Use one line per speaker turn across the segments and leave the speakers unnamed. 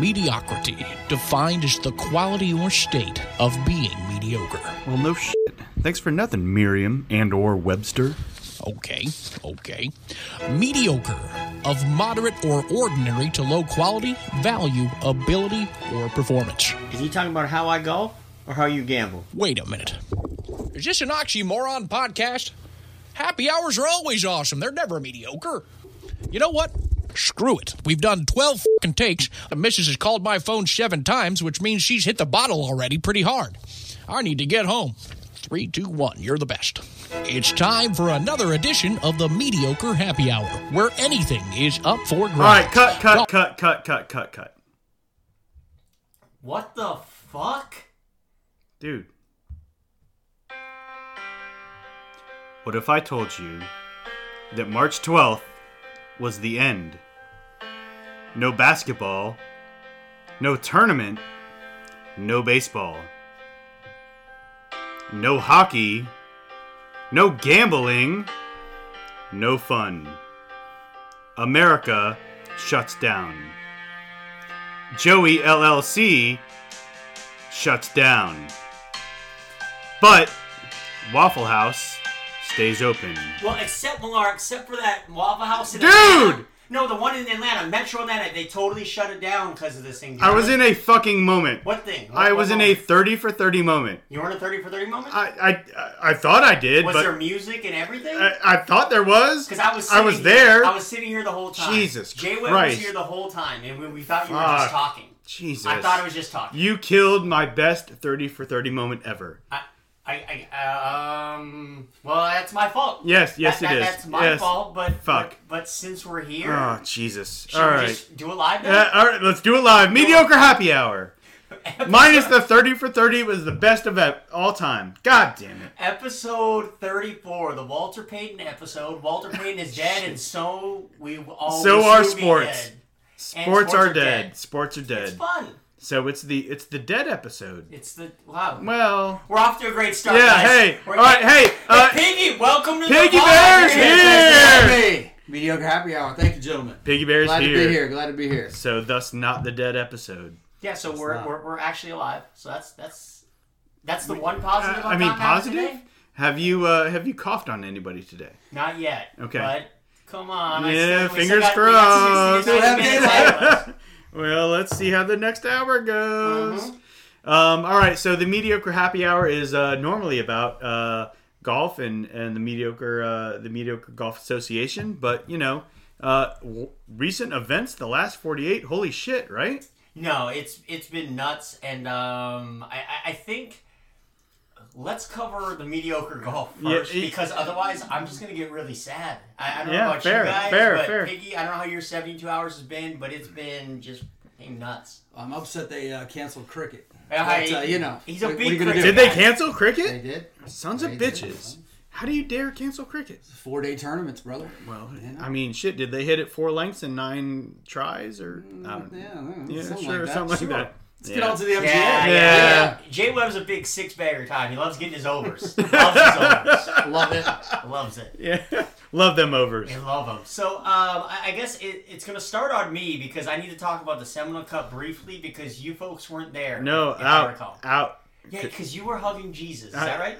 mediocrity defined as the quality or state of being mediocre.
Well, no shit. Thanks for nothing, Miriam and or Webster.
Okay, okay. Mediocre, of moderate or ordinary to low quality, value, ability, or performance.
Is he talking about how I golf or how you gamble?
Wait a minute. Is this an oxymoron podcast? Happy hours are always awesome. They're never mediocre. You know what? Screw it. We've done 12 fucking takes. The missus has called my phone seven times, which means she's hit the bottle already pretty hard. I need to get home. Three, two, one. You're the best. It's time for another edition of the Mediocre Happy Hour, where anything is up for grabs.
All right, cut, cut, cut, cut, cut, cut, cut.
What the fuck?
Dude. What if I told you that March 12th was the end? No basketball, no tournament, no baseball, no hockey, no gambling, no fun. America shuts down. Joey LLC shuts down. But Waffle House stays open.
Well, except Millar, except for that Waffle House in
Dude!
Atlanta. No, the one in Atlanta, Metro Atlanta, they totally shut it down because of this thing.
I was in a fucking moment.
What thing? What-
I
what
was in a
moment?
30 for 30 moment.
You were in a 30 for 30 moment?
I I, I thought I did,
was
but
there music and everything?
I, I thought there was.
Because I was
I
sitting
was
here-
there.
I was sitting here the whole time.
Jesus
Jay Webb was
Christ.
here the whole time, and we, we thought you were
Fuck.
just talking.
Jesus.
I thought I was just talking.
You killed my best 30 for 30 moment ever.
I, I, I, um, well, that's my fault.
Yes, yes,
that,
it
that-
is.
That's my
Yes.
fault, but
Fuck.
But, but since we're here,
Oh, Jesus.
should
All
we
right.
just do it live now?
Uh, all right, let's do it live. Mediocre happy hour. Minus the 30 for 30 was the best of ev- all time. God damn it.
Episode 34, the Walter Payton episode. Walter Payton is dead, and so we all
So are
will be
sports.
dead. And
Sports are dead.
dead.
Sports are
It's
dead.
fun.
So it's the it's the dead episode.
It's the wow.
Well,
We're off to a great start.
yeah.
guys.
Hey,
We're
all right. Hey, uh,
Piggy, welcome to
Piggy
the pod.
Bear's
Yeah,
here.
nice to have you.
Hey, mediocre happy hour. Thank you, gentlemen.
Piggy Bear's
Glad
here.
to be here. Glad to be here.
So thus not the dead episode.
Yeah, so we're,
not.
we're we're actually alive. So that's that's that's the one positive.
Uh,
on
I mean,
Top Hat
positive.
today?
Have you uh, have you coughed on anybody today?
Not yet.
Okay.
But come on. I
Yeah,
said we
fingers
still got- we got 60 to
crossed.
90 minutes left.
well, let's see how the next hour goes.
Mm-hmm.
Um, all right, so the mediocre happy hour is uh, normally about uh, golf and, and the mediocre uh, the mediocre golf association, but you know, uh, w- recent events, the last forty eight, holy shit, right?
No, it's it's been nuts, and um, I I- I think let's cover the mediocre golf
Yeah,
first
it-
because otherwise I'm just gonna get really sad. I, I don't
Yeah,
know about
fair,
you guys,
fair,
but
fair.
Piggy, I don't know how your 72 hours has been, but it's been just fucking nuts.
I'm upset they uh, canceled cricket.
I-
But, uh, you know,
he's a
what-
big
what are you gonna
Did
cricket
do?
they cancel cricket?
They did.
Sons of
They did.
bitches! How do you dare cancel cricket?
Four day tournaments, brother.
Well,
Oh, Yeah.
I mean, shit. Did they hit it four lengths and nine tries, or I don't know.
Mm, yeah, I don't know,
yeah,
something
sure,
like that.
something like
Sure.
that.
Let's
yeah.
get on to the MGM.
Yeah, yeah.
Yeah.
Jay Webb's a big six bagger time. He loves getting his overs. loves his overs.
Love it.
Loves it.
Yeah, love them overs.
I love them. So um, I, I guess it, it's going to start on me because I need to talk about the Seminole Cup briefly because you folks weren't there.
No, uh,
if I recall.
out, out.
Yeah, because you were hugging Jesus. Is that right?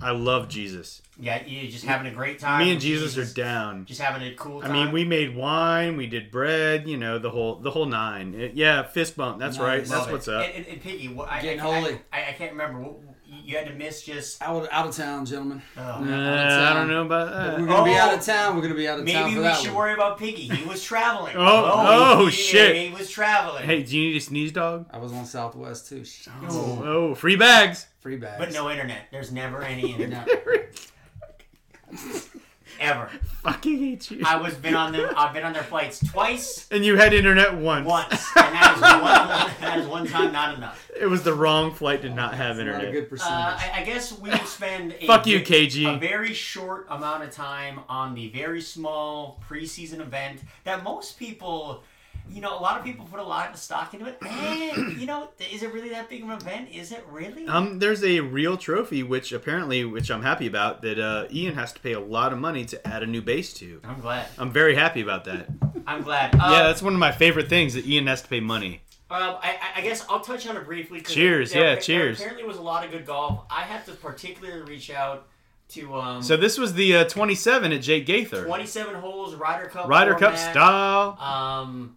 I love Jesus.
Yeah, you just having a great time.
Me and
with
Jesus are down.
Just having a cool
I
time.
mean, we made wine, we did bread, you know, the whole the whole nine. It- yeah, fist bump. That's right.
Nice.
That's
Love it.
what's up.
And, and, and Piggy, what, I,
Getting
I, I-
holy.
I, I can't remember. What, you had to miss just.
Out, out of town, gentlemen.
Oh.
Uh,
Out of
I
town.
don't know about
um, We're
that.
gonna be
Oh.
out of town. We're gonna be out of town
Maybe
for
we
that
should
one.
worry about Piggy. He was traveling.
Oh,
he-
oh,
he-
shit.
He was traveling.
Hey, do you need a sneeze dog?
I was on Southwest too. Shit.
Oh, free bags.
Free bags.
But no internet. There's never any
No.
internet ever.
Fucking hate you.
I was been on them. I've been on their flights twice.
And you had internet once.
Once, and that is one. That is one time not enough.
It was the wrong flight to not have
Not a
internet.
good
Uh,
percentage.
I, I guess we will spend a,
Fuck you,
ve-
KG.
a very short amount of time on the very small preseason event that most people you know, a lot of people put a lot of stock into it. Man, you know, is it really that big of an event? Is it really?
Um, there's a real trophy, which apparently, which I'm happy about, that uh, Ian has to pay a lot of money to add a new base to.
I'm glad.
I'm very happy about that.
I'm glad. Um,
Yeah, that's one of my favorite things that Ian has to pay money.
Um, I, I- I guess I'll touch on it briefly. 'cause
Cheers,
there-
yeah,
there
cheers.
Apparently, was a lot of good golf. I have to particularly reach out to um,
So this was the uh, 27 at Jake Gaither.
27 holes Ryder Cup.
Ryder Cup
format.
style.
Um,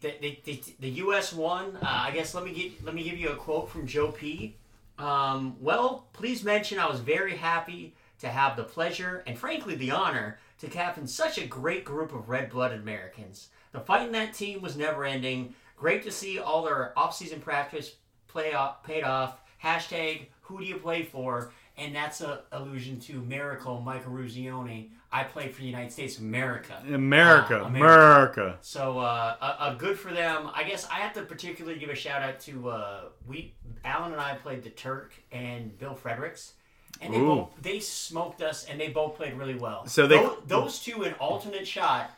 the, the, the, the U.S. won. Uh, I guess let me get, let me give you a quote from Joe P. Um, well, please mention I was very happy to have the pleasure and frankly the honor to captain such a great group of red-blooded Americans. The fight in that team was never-ending. Great to see all their off-season practice play off, paid off. Hashtag Who do you play for? And that's a allusion to Miracle Mike Ruzioni. I play for the United States of America.
America,
Ah,
America.
So uh, a, a good for them. I guess I have to particularly give a shout out to uh, we Alan and I played the Turk and Bill Fredericks, and they
Ooh.
both they smoked us and they both played really well.
So they-
Tho- those two in alternate shot,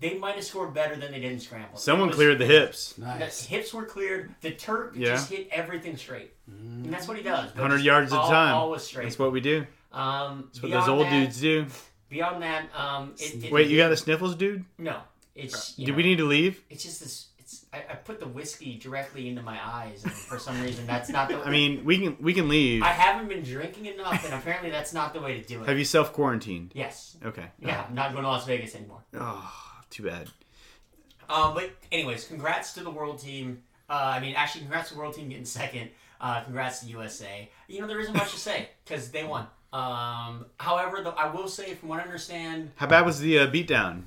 they might have scored better than they did in scramble.
Someone cleared the hips.
The
Nice.
hips were cleared. The Turk
Yeah.
just hit everything straight, and that's what he does. but
100
just
yards at a
all-
time.
all was straight.
That's what we do.
um,
That's what
beyond
those old
that-
dudes do.
Beyond that, um, it, it-
Wait, you got the sniffles, dude?
no. It's you
Do
know,
we need to leave?
It's just this. It's I, I put the whiskey directly into my eyes, and for some reason, that's not the.
I mean, we can we can leave.
I haven't been drinking enough, and apparently, that's not the way to do it.
Have you self quarantined?
yes.
Okay.
Yeah, I'm not going to Las Vegas anymore.
Oh, too bad.
Um, but anyways, congrats to the world team. Uh, I mean, actually, congrats to the world team getting second. Uh, congrats to USA. You know, there isn't much to say because they won. Um, however, though, I will say, from what I understand,
How bad was the uh, beatdown?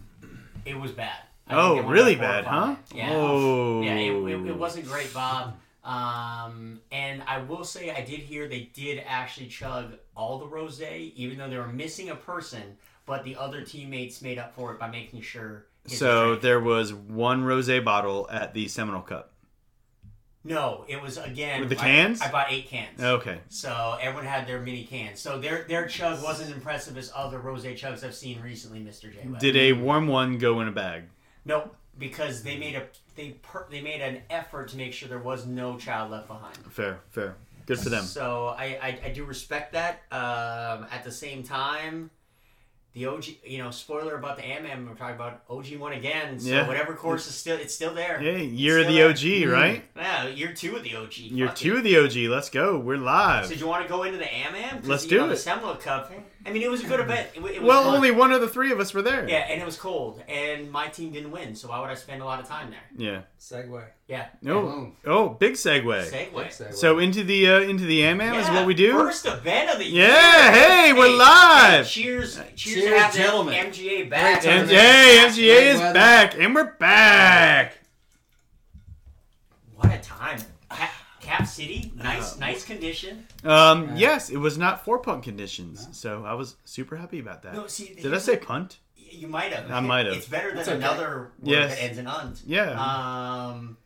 it was bad. I think
Oh,
they won by
really
four or
bad, huh?
five. Yeah.
Oh.
Yeah, it, it, it wasn't great, Bob. Um, and I will say, I did hear they did actually chug all the rosé, even though they were missing a person. But the other teammates made up for it by making sure. his
So
drink-
there was one rosé bottle at the Seminole Cup.
no, it was again
With the
I-
cans?
I, bought eight cans.
Okay.
So everyone had their mini cans. So their their chug wasn't as impressive as other rosé chugs I've seen recently, Mister J. Webb.
Did a warm one go in a bag?
no, because they made a they per, they made an effort to make sure there was no child left behind.
Fair, fair. Good for them.
So I, I, I do respect that. Um, at the same time, the OG, you know, spoiler about the AMM, we're talking about OG one again. So
Yeah.
whatever course is still, it's still there.
Hey, you're
It's
the
still
OG, right?
Yeah, year two of the OG.
You're
Fuck
two
it.
of the OG. Let's go. We're
So
live.
do you want to go into the AMM? 'Cause,
Let's
you
do
know,
it.
The Seminole Cup. I mean, it was a good event. It, wa- it was
Well,
fun.
only one of the three of us were there.
Yeah, and it was cold, and my team didn't win, so why would I spend a lot of time there?
Yeah.
Segway.
Yeah.
No. Oh, big segue.
Segway.
Segway.
So into the uh, into the AMAM is
Yeah,
what we do.
First event of the year.
Yeah, hey, we're live.
Cheers, cheers,
Cheers,
to have the
gentlemen.
MGA back.
Great
And
tournament.
hey, MGA is
weather.
back, and we're back.
What a time. Ha- Cap City, nice, nice condition.
Um, yes, it was not four punt conditions, so I was super happy about that.
No, see,
Did I say punt?
You might have.
I might have.
It's better than
That's okay.
another word
Yes.
that ends in "unt."
Yeah.
Um,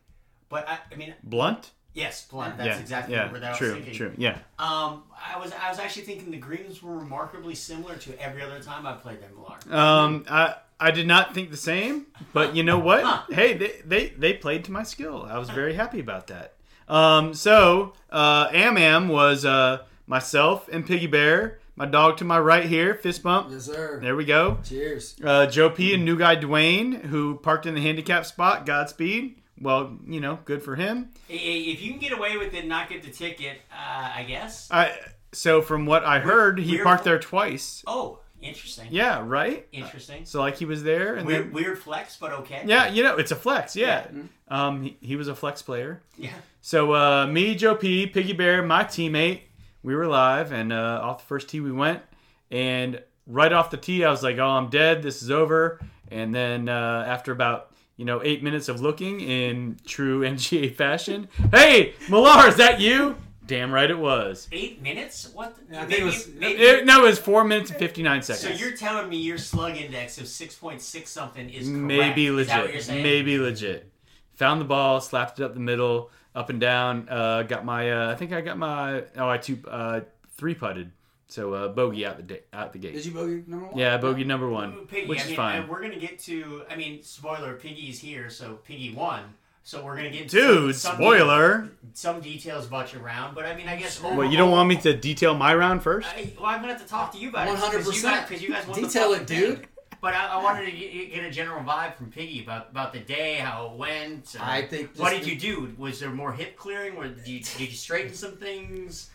but I, I mean,
Blunt.
yes, blunt. That's
Yeah,
exactly
yeah,
where that
true,
I was thinking.
true. Yeah,
Um, I was, I was actually thinking the greens were remarkably similar to every other time I played them. Lark.
Um, I I did not think the same, but you know what? hey, they, they they played to my skill. I was very happy about that. Um, so uh, Am Am was uh myself and Piggy Bear, my dog to my right here, fist bump.
Yes, sir.
There we go.
Cheers.
Uh, Joe P and new guy Dwayne, who parked in the handicap spot. Godspeed. Well, you know, good for him.
I- i- If you can get away with it, and not get the ticket, uh, I guess.
I so from what I heard, he
weird-
parked there twice.
Oh, interesting.
Yeah, right.
Interesting.
So like he was there, and
Weird,
then,
weird flex, but okay.
yeah, you know, it's a flex. Yeah. Um, he, he was a flex player.
Yeah.
So uh, me, Joe P, Piggy Bear, my teammate, we were live, and uh, off the first tee we went, and right off the tee I was like, "Oh, I'm dead. This is over." And then uh, after about you know eight minutes of looking in true NGA fashion, hey, Millar, is that you? Damn right it was.
Eight minutes? What? the-
Yeah, I think it was-
It- no, it was four minutes and fifty nine seconds.
So you're telling me your slug index of six point six something is correct?
Maybe
Is that what you're
legit.
saying?
Maybe legit. Found the ball, slapped it up the middle, up and down. Uh, got my. Uh, I think I got my. Oh, I two. Uh, three putted. So uh, bogey out the da- out the gate.
Did you bogey number one?
yeah, bogey number one,
Piggy,
which
I
is
mean,
fine.
and we're gonna get to. I mean, spoiler. Piggy's here, so Piggy won. So we're gonna get to
Dude,
some-
spoiler.
some details about your round, but I mean, I guess.
What you don't want me to detail my round first?
I, well, I'm gonna have to talk to you about it.
100%.
because you guys won
Detail
the
it,
fucking thing.
dude.
But I, I wanted to get, get a general vibe from Piggy about, about the day, how it went. uh,
I think
What did
just
you do? Was there more hip clearing? Or did you, did you straighten some things?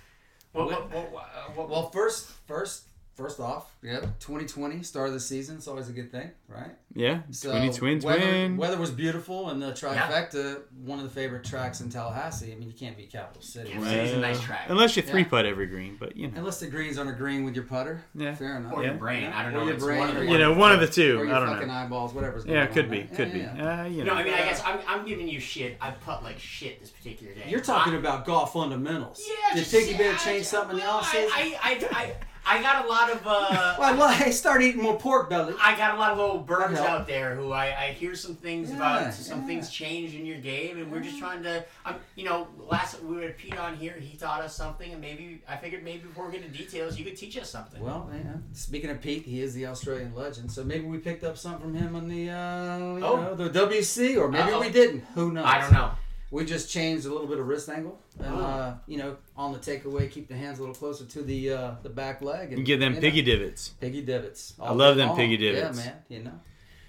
What? What? What? what, uh, what,
Well, first, first, first off, yep. 2020 start of the season. It's always a good thing, right?
Yeah,
So
twinny twin
weather,
twin.
Weather was beautiful, and the trifecta, one of the favorite tracks in Tallahassee. I mean, you can't beat Capital City.
Yeah. Well- It's a nice track.
Unless you three
Yeah.
putt every green, but you know,
Unless the greens aren't agreeing with your putter.
Yeah.
Fair enough.
or
Yeah.
your brain? I don't
Or
know.
your
It's
brain,
one of
or
the
your-
you know, one of the
Or
two.
your
I don't
fucking
know.
eyeballs, whatever's going
Yeah,
on.
could be,
right?
could
Yeah,
be.
yeah.
Uh, you
No,
know.
I mean, I guess I'm, I'm giving you shit. I putt like shit this particular day.
You're talking
I-
about golf fundamentals.
Yeah,
You
just-
think you better
I-
change something
well,
else?
I, I, I, I, I got a lot of. Uh,
Well, well, hey, start eating more pork belly.
I got a lot of old birds
Yeah.
out there who I, I hear some things
Yeah,
about some
yeah.
things change in your game, and we're just trying to. I'm, you know, last we had Pete on here, he taught us something, and maybe I figured maybe before we get into details, you could teach us something.
Well, yeah. Speaking of Pete, he is the Australian legend, so maybe we picked up something from him on the uh, you
Oh.
know, the WC, or maybe
Uh-oh.
we didn't. Who knows?
I don't know.
We just changed a little bit of wrist angle, and
Oh.
uh, you know, on the takeaway, keep the hands a little closer to the uh, the back leg, and
Get them
you know,
piggy divots.
piggy divots.
I love them piggy divots.
Yeah, man. You know.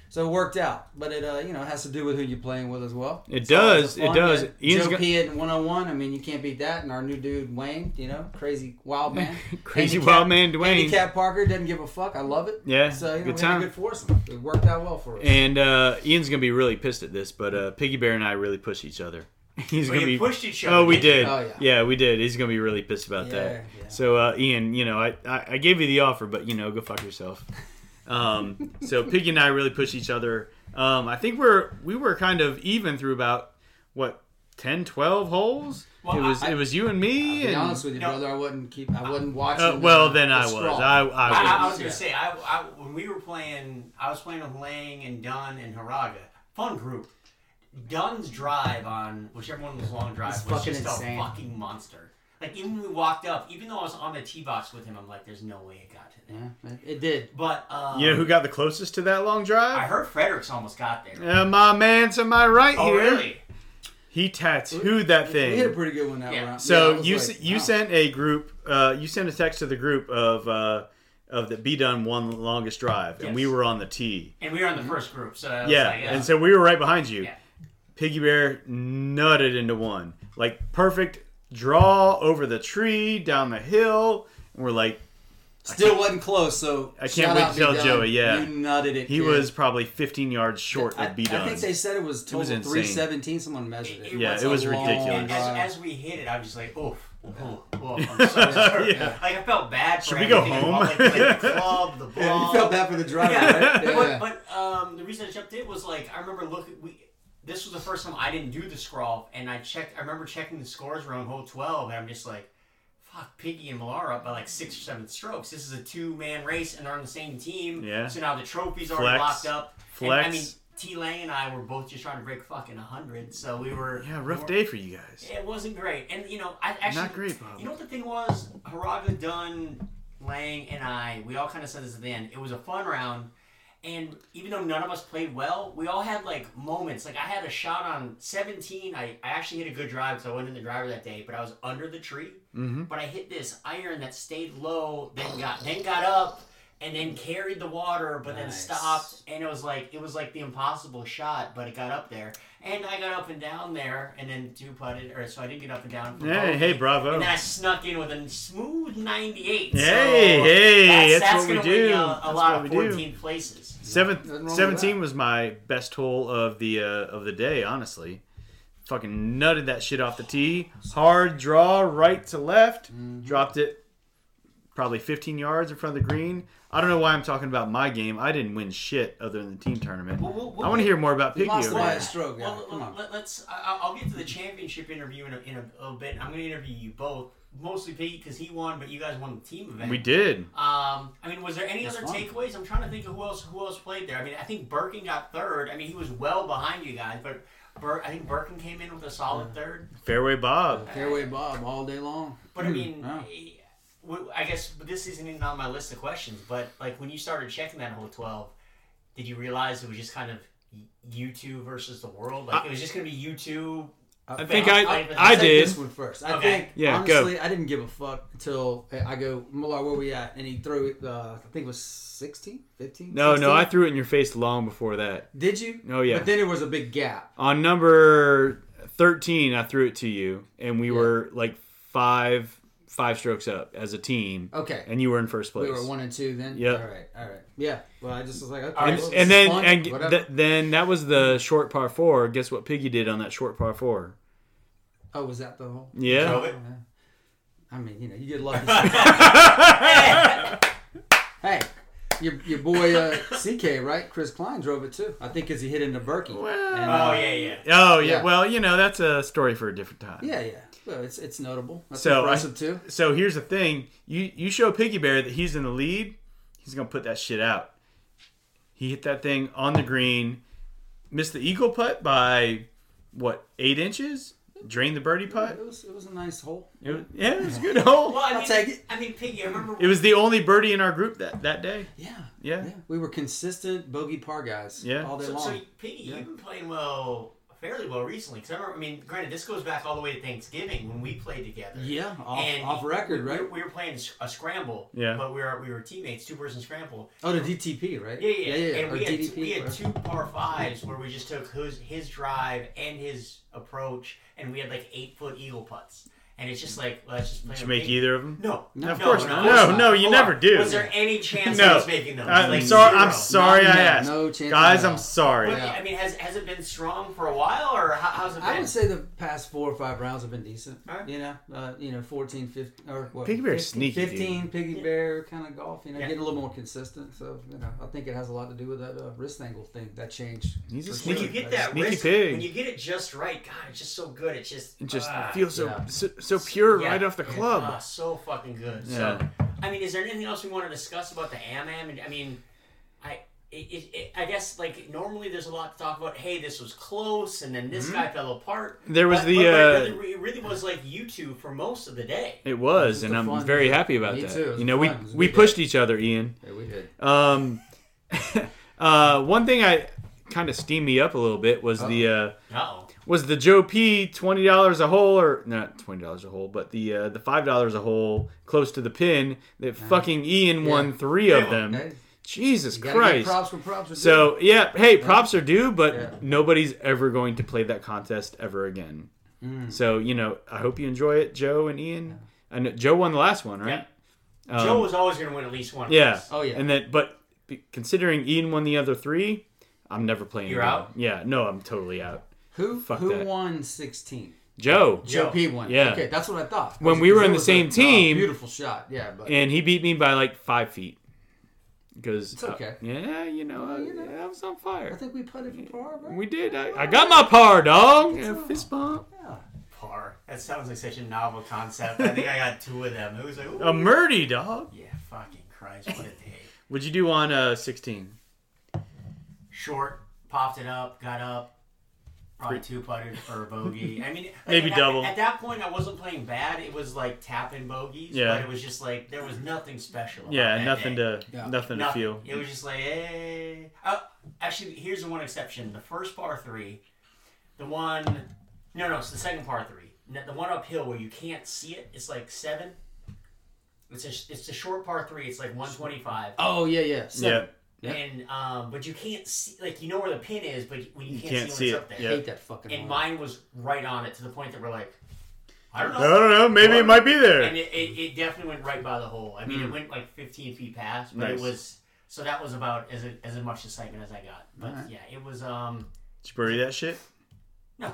So it worked out, but it uh, you know it has to do with who you're playing with as well.
It
It's always
does,
a
it
fun
does.
day.
Ian's
Joe
got-
P at 101. I mean, you can't beat that. And our new dude Wayne, you know, crazy wild man,
Crazy
Handicap-
wild man Dwayne.
Handicap Parker doesn't give a fuck. I love it.
Yeah,
So you know,
good
we
time.
had a good foursome. It worked out well for us.
And uh, Ian's gonna be really pissed at this, but uh, Piggy Bear and I really push each other. He's
Well,
gonna be.
you pushed each other.
Oh, we
didn't you?
did.
Oh,
yeah.
yeah.
we did. He's gonna be really pissed about that.
Yeah, yeah.
So, uh, Ian, you know, I, I I gave you the offer, but you know, go fuck yourself. Um, so Piggy and I really push each other. Um, I think we're we were kind of even through about what 10, 12 holes.
Well,
it was
I-
it was you and me.
to be
and,
honest with you,
No.
brother, I wouldn't keep. I wouldn't watch.
uh,
the-
well, then
the
I was.
straw.
I, I
I, I- I
was.
was gonna
Yeah.
say, I, I, when we were playing, I was playing with Lang and Dunn and Haraga. Fun group. Dunn's drive on whichever one was long drive
It's
was
fucking
just
insane.
a fucking monster. Like even when we walked up, even though I was on the tee box with him, I'm like, there's no way it got to there.
Yeah, it- it did.
But um,
You know who got the closest to that long
I
drive?
heard Fredericks almost got there.
Uh, my man to my right
Oh
here.
really?
He tattooed that
We hit a
thing.
pretty good one that
Yeah.
round.
So
Yeah, I was
you
like,
s- you
wow.
sent a group. Uh, you sent a text to the group of uh, of the B done one longest drive, and we
Yes.
were on the tee.
And we were
Mm-hmm.
in the first group, so I was
Yeah,
like,
and so we were right behind you.
Yeah.
Piggy Bear nutted into one, like perfect draw over the tree down the hill, and we're like,
Still wasn't close, so
I can't
shout
wait
out
to tell
Big Dog.
Joey, yeah.
you nutted it.
he
kid.
was probably 15 yards short
I,
of B
I
done.
think they said it was total
was insane.
317. Someone measured it.
Yeah,
That's
it
a
was
long
ridiculous.
And
drive.
as, as we hit it, I was just like, oh, oh, oh, I'm so sorry.
Yeah.
Like I felt bad. For
Should we go
everything
home?
involved, Like, like the club, the ball.
Yeah, you felt bad for the driver,
Yeah,
right? Yeah.
But, but um, the reason I jumped in was like I remember looking. We this was the first time I didn't do the scrawl, and I checked. I remember checking the scores around hole twelve, and I'm just like, "Fuck, Piggy and Millar up by like six or seven strokes. This is a two man race, and they're on the same team.
Yeah.
So now the trophies already
Flex.
locked up.
Flex.
And, I mean, T Lang and I were both just trying to break fucking hundred, so we were.
yeah,
we
rough
were-
day for you guys.
it wasn't great, and you know, I actually
Not great, Bob.
You know what the thing was? Haraga, Dunn, Lang, and I, we all kind of said this at the end. It was a fun round, and even though none of us played well, we all had like moments. Like I had a shot on 17. I, I actually hit a good drive, so I went in the driver that day. But I was under the tree.
Mm.
Mm-hmm. But I hit this iron that stayed low, then got then got up. And then carried the water, but then
Nice.
stopped, and it was like it was like the impossible shot, but it got up there, and I got up and down there, and then two putted, or so I didn't get up and down. From
Hey,
bogey.
hey, bravo.
And then I snuck in with a smooth 98. so
Hey, hey,
that's,
that's
that's
what we
gonna win
do.
you a, a
That's what
lot
we
of
do.
14 places.
Seventh,
Nothing wrong with
17
that.
was my best hole of the uh, of the day, honestly. Fucking nutted that shit off the tee. Hard draw, right to left.
Mm-hmm.
Dropped it probably 15 yards in front of the green. I don't know why I'm talking about my game. I didn't win shit other than the team tournament.
Well, well, well,
I want to hear more about
You
Piggy.
lost
over
by
there.
a stroke. guy.
Well,
Come on.
Let, us I'll I'll get to the championship interview in a, in a, little bit. I'm going to interview you both, mostly Pete because he won, but you guys won the team event.
We did.
Um, I mean, was there any
That's
other
fun.
takeaways? I'm trying to think of who else who else played there. I mean, I think Birkin got third. I mean, he was well behind you guys, but Bir- I think Birkin came in with a solid third.
Fairway Bob.
Fairway Bob all day long.
But I mean,
wow.
eh, w- I guess but this isn't even on my list of questions, but like when you started checking that whole twelve, did you realize it was just kind of y- you two versus the world? Like it was just gonna be you two.
I think
I-
I I
I
did.
this one first. I
Okay.
think
Yeah, go.
honestly, I didn't give a fuck until I go, Millar, where we at? And he threw it. Uh, I think it was 16, 15?
No, no, I
16?
threw it in your face long before that.
did you?
Oh, yeah.
But then there was a big gap.
On number thirteen, I threw it to you, and we were like five five strokes up as a team.
Okay.
and you were in first place.
We were one and two then.
Yep.
All right. All right. Yeah. Well, I just was like, okay.
and,
well, this
and
is
then
fun,
and
whatever.
th- then that was the short par four. Guess what Piggy did on that short par four?
oh, was that the whole?
Yeah,
Drove it.
I mean, you know, you get lucky. sometimes. hey, your your boy uh, CK, right? Chris Klein drove it too. I think because he hit into Berkey. And, uh,
Oh yeah, yeah.
Oh yeah.
Yeah.
Well, you know that's a story for a different time.
Yeah, yeah. Well, it's it's notable. That's
So,
impressive
I-
too.
So here's the thing: you you show Piggy Bear that he's in the lead, he's gonna put that shit out. He hit that thing on the green, missed the eagle putt by what eight inches, drained the birdie putt.
It was it was a nice hole.
It was, yeah, it was a good hole.
Well, I mean,
take it.
I mean, Piggy. I remember.
It was the only birdie in our group that that day.
Yeah.
Yeah.
We were consistent bogey par guys.
Yeah.
All day
so,
long.
so Piggy, you've been playing well, fairly well recently. Because I remember. I mean, granted, this goes back all the way to Thanksgiving when we played together.
yeah. Off,
And
off record,
we-
right?
We were playing s- a scramble.
Yeah.
But we were we were teammates, two person scramble.
Oh, the DTP, right?
Yeah, yeah, yeah. And
or
we had,
DDP.
we had
whatever.
two par fives where we just took his, his drive and his approach, and we had like eight foot eagle putts. And it's just like, let's just play.
Did
on
you make
big-
either of them?
No, no,
of course
no,
not. No, no, you
Hold
never
on.
do.
Was there any chance I
No,
was making those?
I'm
Like,
sorry. Uh, I'm
zero.
sorry.
No,
I
no,
asked.
no chance
Guys,
at all.
I'm sorry.
But, I mean, has has it been strong for a while, or how, how's it been?
I would say the past four or five rounds have been decent.
Alright.
You know, uh, you know, 14, 15, or what?
Piggy Bear's
15,
sneaky,
15 piggy bear kind of golf. You know,
Yeah.
getting a little more consistent. So you know, I think it has a lot to do with that uh, wrist angle thing that changed.
He's a
For
when
sneaky-
you get
sure.
that
Sneaky
wrist,
pig.
when you get it just right, God, it's just so good. It's just
It just
ah,
feels so,
yeah.
so so pure
yeah,
right off the
and,
club.
ah, so fucking good.
Yeah.
So, I mean, is there anything else we want to discuss about the Am Am? And I mean, I. It, it, it, I guess like normally there's a lot to talk about. Hey, this was close, and then this guy fell apart.
Mm-hmm. There was
But-
the,
but- but
uh,
it, really, it really was like you two for most of the day.
It was,
It was
and
a
I'm
fun
very
day.
happy about
Me
that.
too, it was
You know, we
fun. It was a
we
good
pushed each other, Ian.
Yeah, we did.
Um, uh, one thing I kind of steamed me up a little bit was the uh,
Oh,
was the Joe P twenty dollars a hole or not twenty dollars a hole, but the uh, the five dollars a hole close to the pin that fucking Ian won three of them.
Hey,
Jesus
you gotta give
Christ!
Props for props. are due.
So yeah, hey, props are due, but
Yeah.
nobody's ever going to play that contest ever again.
Hmm.
So you know, I hope you enjoy it, Joe and Ian. I know Joe won the last one, right? Um,
Joe was always going to win at least one. of
yeah.
those.
Oh, yeah.
And then, but be- considering Ian won the other three, I'm never playing.
You're
again.
out?
Yeah. No, I'm totally out.
who
fuck
who
that.
won sixteen?
Joe.
Joe P won.
Yeah.
Okay, that's what I thought.
When
I was-
we were in
it
the
was
same
a, uh,
team-
beautiful shot. Yeah, but
And he beat me by like five feet. Because
It's okay.
yeah, you know, I, I was on
I
fire.
think we putted for par, right?
We did. I, I got my par, dog. Yeah, fist bump.
Yeah.
par. That sounds like such a novel concept. I think I got two of them. It was like, ooh.
A Murdy, dog.
yeah, fucking Christ, what a day.
What'd you do on uh 16?
Short, popped it up, got up, probably two putted for a bogey. I mean, like,
Maybe
at that-
double.
At that point, I wasn't playing bad. It was like tapping bogeys,
Yeah.
but it was just like there was nothing special. About
Yeah,
that
nothing
day.
to
Yeah.
nothing to
Nothing.
feel.
It was just like, eh. Oh, actually, here's the one exception: the first par three, the one, no, no, it's the second par three, N- the one uphill where you can't see it. It's like seven. It's a, sh- it's a short par three. It's like 125.
Oh yeah, yeah.
Yeah.
Seven. Yeah.
And um, but you can't see like you know where the pin is, but when you can't,
can't
see,
see
when
it,
it's up
I
there.
hate that fucking.
And
line.
mine was right on it to the point that we're like, I don't know.
I don't know. Maybe it might be there.
And it, it, it definitely went right by the hole. I mean, it went like 15 feet past, but
Hmm. Nice.
it was so that was about as as much excitement as I got. But yeah, it was um
Did you bury that shit?
no,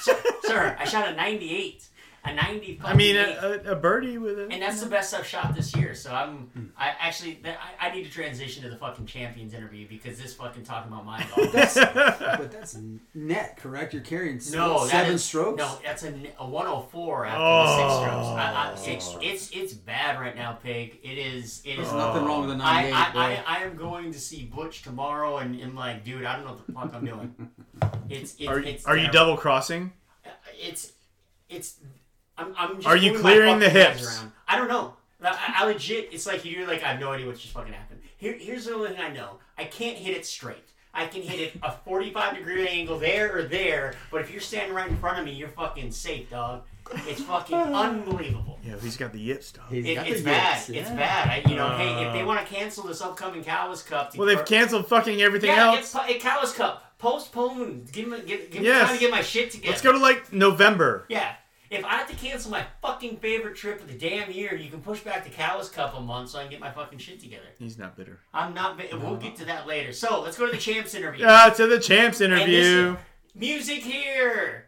sir, sir, I shot a 98, a 95.
I mean, uh, a, a, a birdie with it.
and that's the best I've shot this year. So
Hmm.
I'm I actually that- I, I need to transition to the fucking champions interview because this fucking talking about my golf.
But that's n- net, correct? You're carrying s-
No, that
seven
is-
strokes.
No, that's a, n- a 104 after the six strokes. I, I,
Oh.
it's, it's it's bad right now, Pig. It is. It is
There's nothing wrong with a
I,
nine eight,
I,
bro.
I, I am going to see Butch tomorrow, and I'm like, dude, I don't know what the fuck I'm doing. It's, it's
Are,
it's
are you
terrible.
double crossing?
It's it's. I'm, I'm just
Are you
moving my
clearing the
fucking legs
hips?
around. I don't know. I, I legit, it's like you're like, I have no idea what just fucking happened. Here, here's the only thing I know: I can't hit it straight. I can hit it a 45 degree angle there or there, but if you're standing right in front of me, you're fucking safe, dog. It's fucking unbelievable.
Yeah, he's got the yip stuff.
He's
It,
got
it's
the
bad.
yips,
It's
yeah.
bad. I, you know, hey, if they want to cancel this upcoming Cowboys Cup, to
Uh. Well, they've
or-
canceled fucking everything
yeah,
else.
It's, it Cowboys Cup. Postpone. Give me, give, give me
Yes.
time to get my shit together.
Let's go to like November.
Yeah. If I have to cancel my fucking favorite trip of the damn year, you can push back the Cowboys Cup a month so I can get my fucking shit together.
He's not bitter.
I'm not. va- We'll get to that later. So let's go to the champs interview.
Ah, to the champs
And this
interview.
is- music here.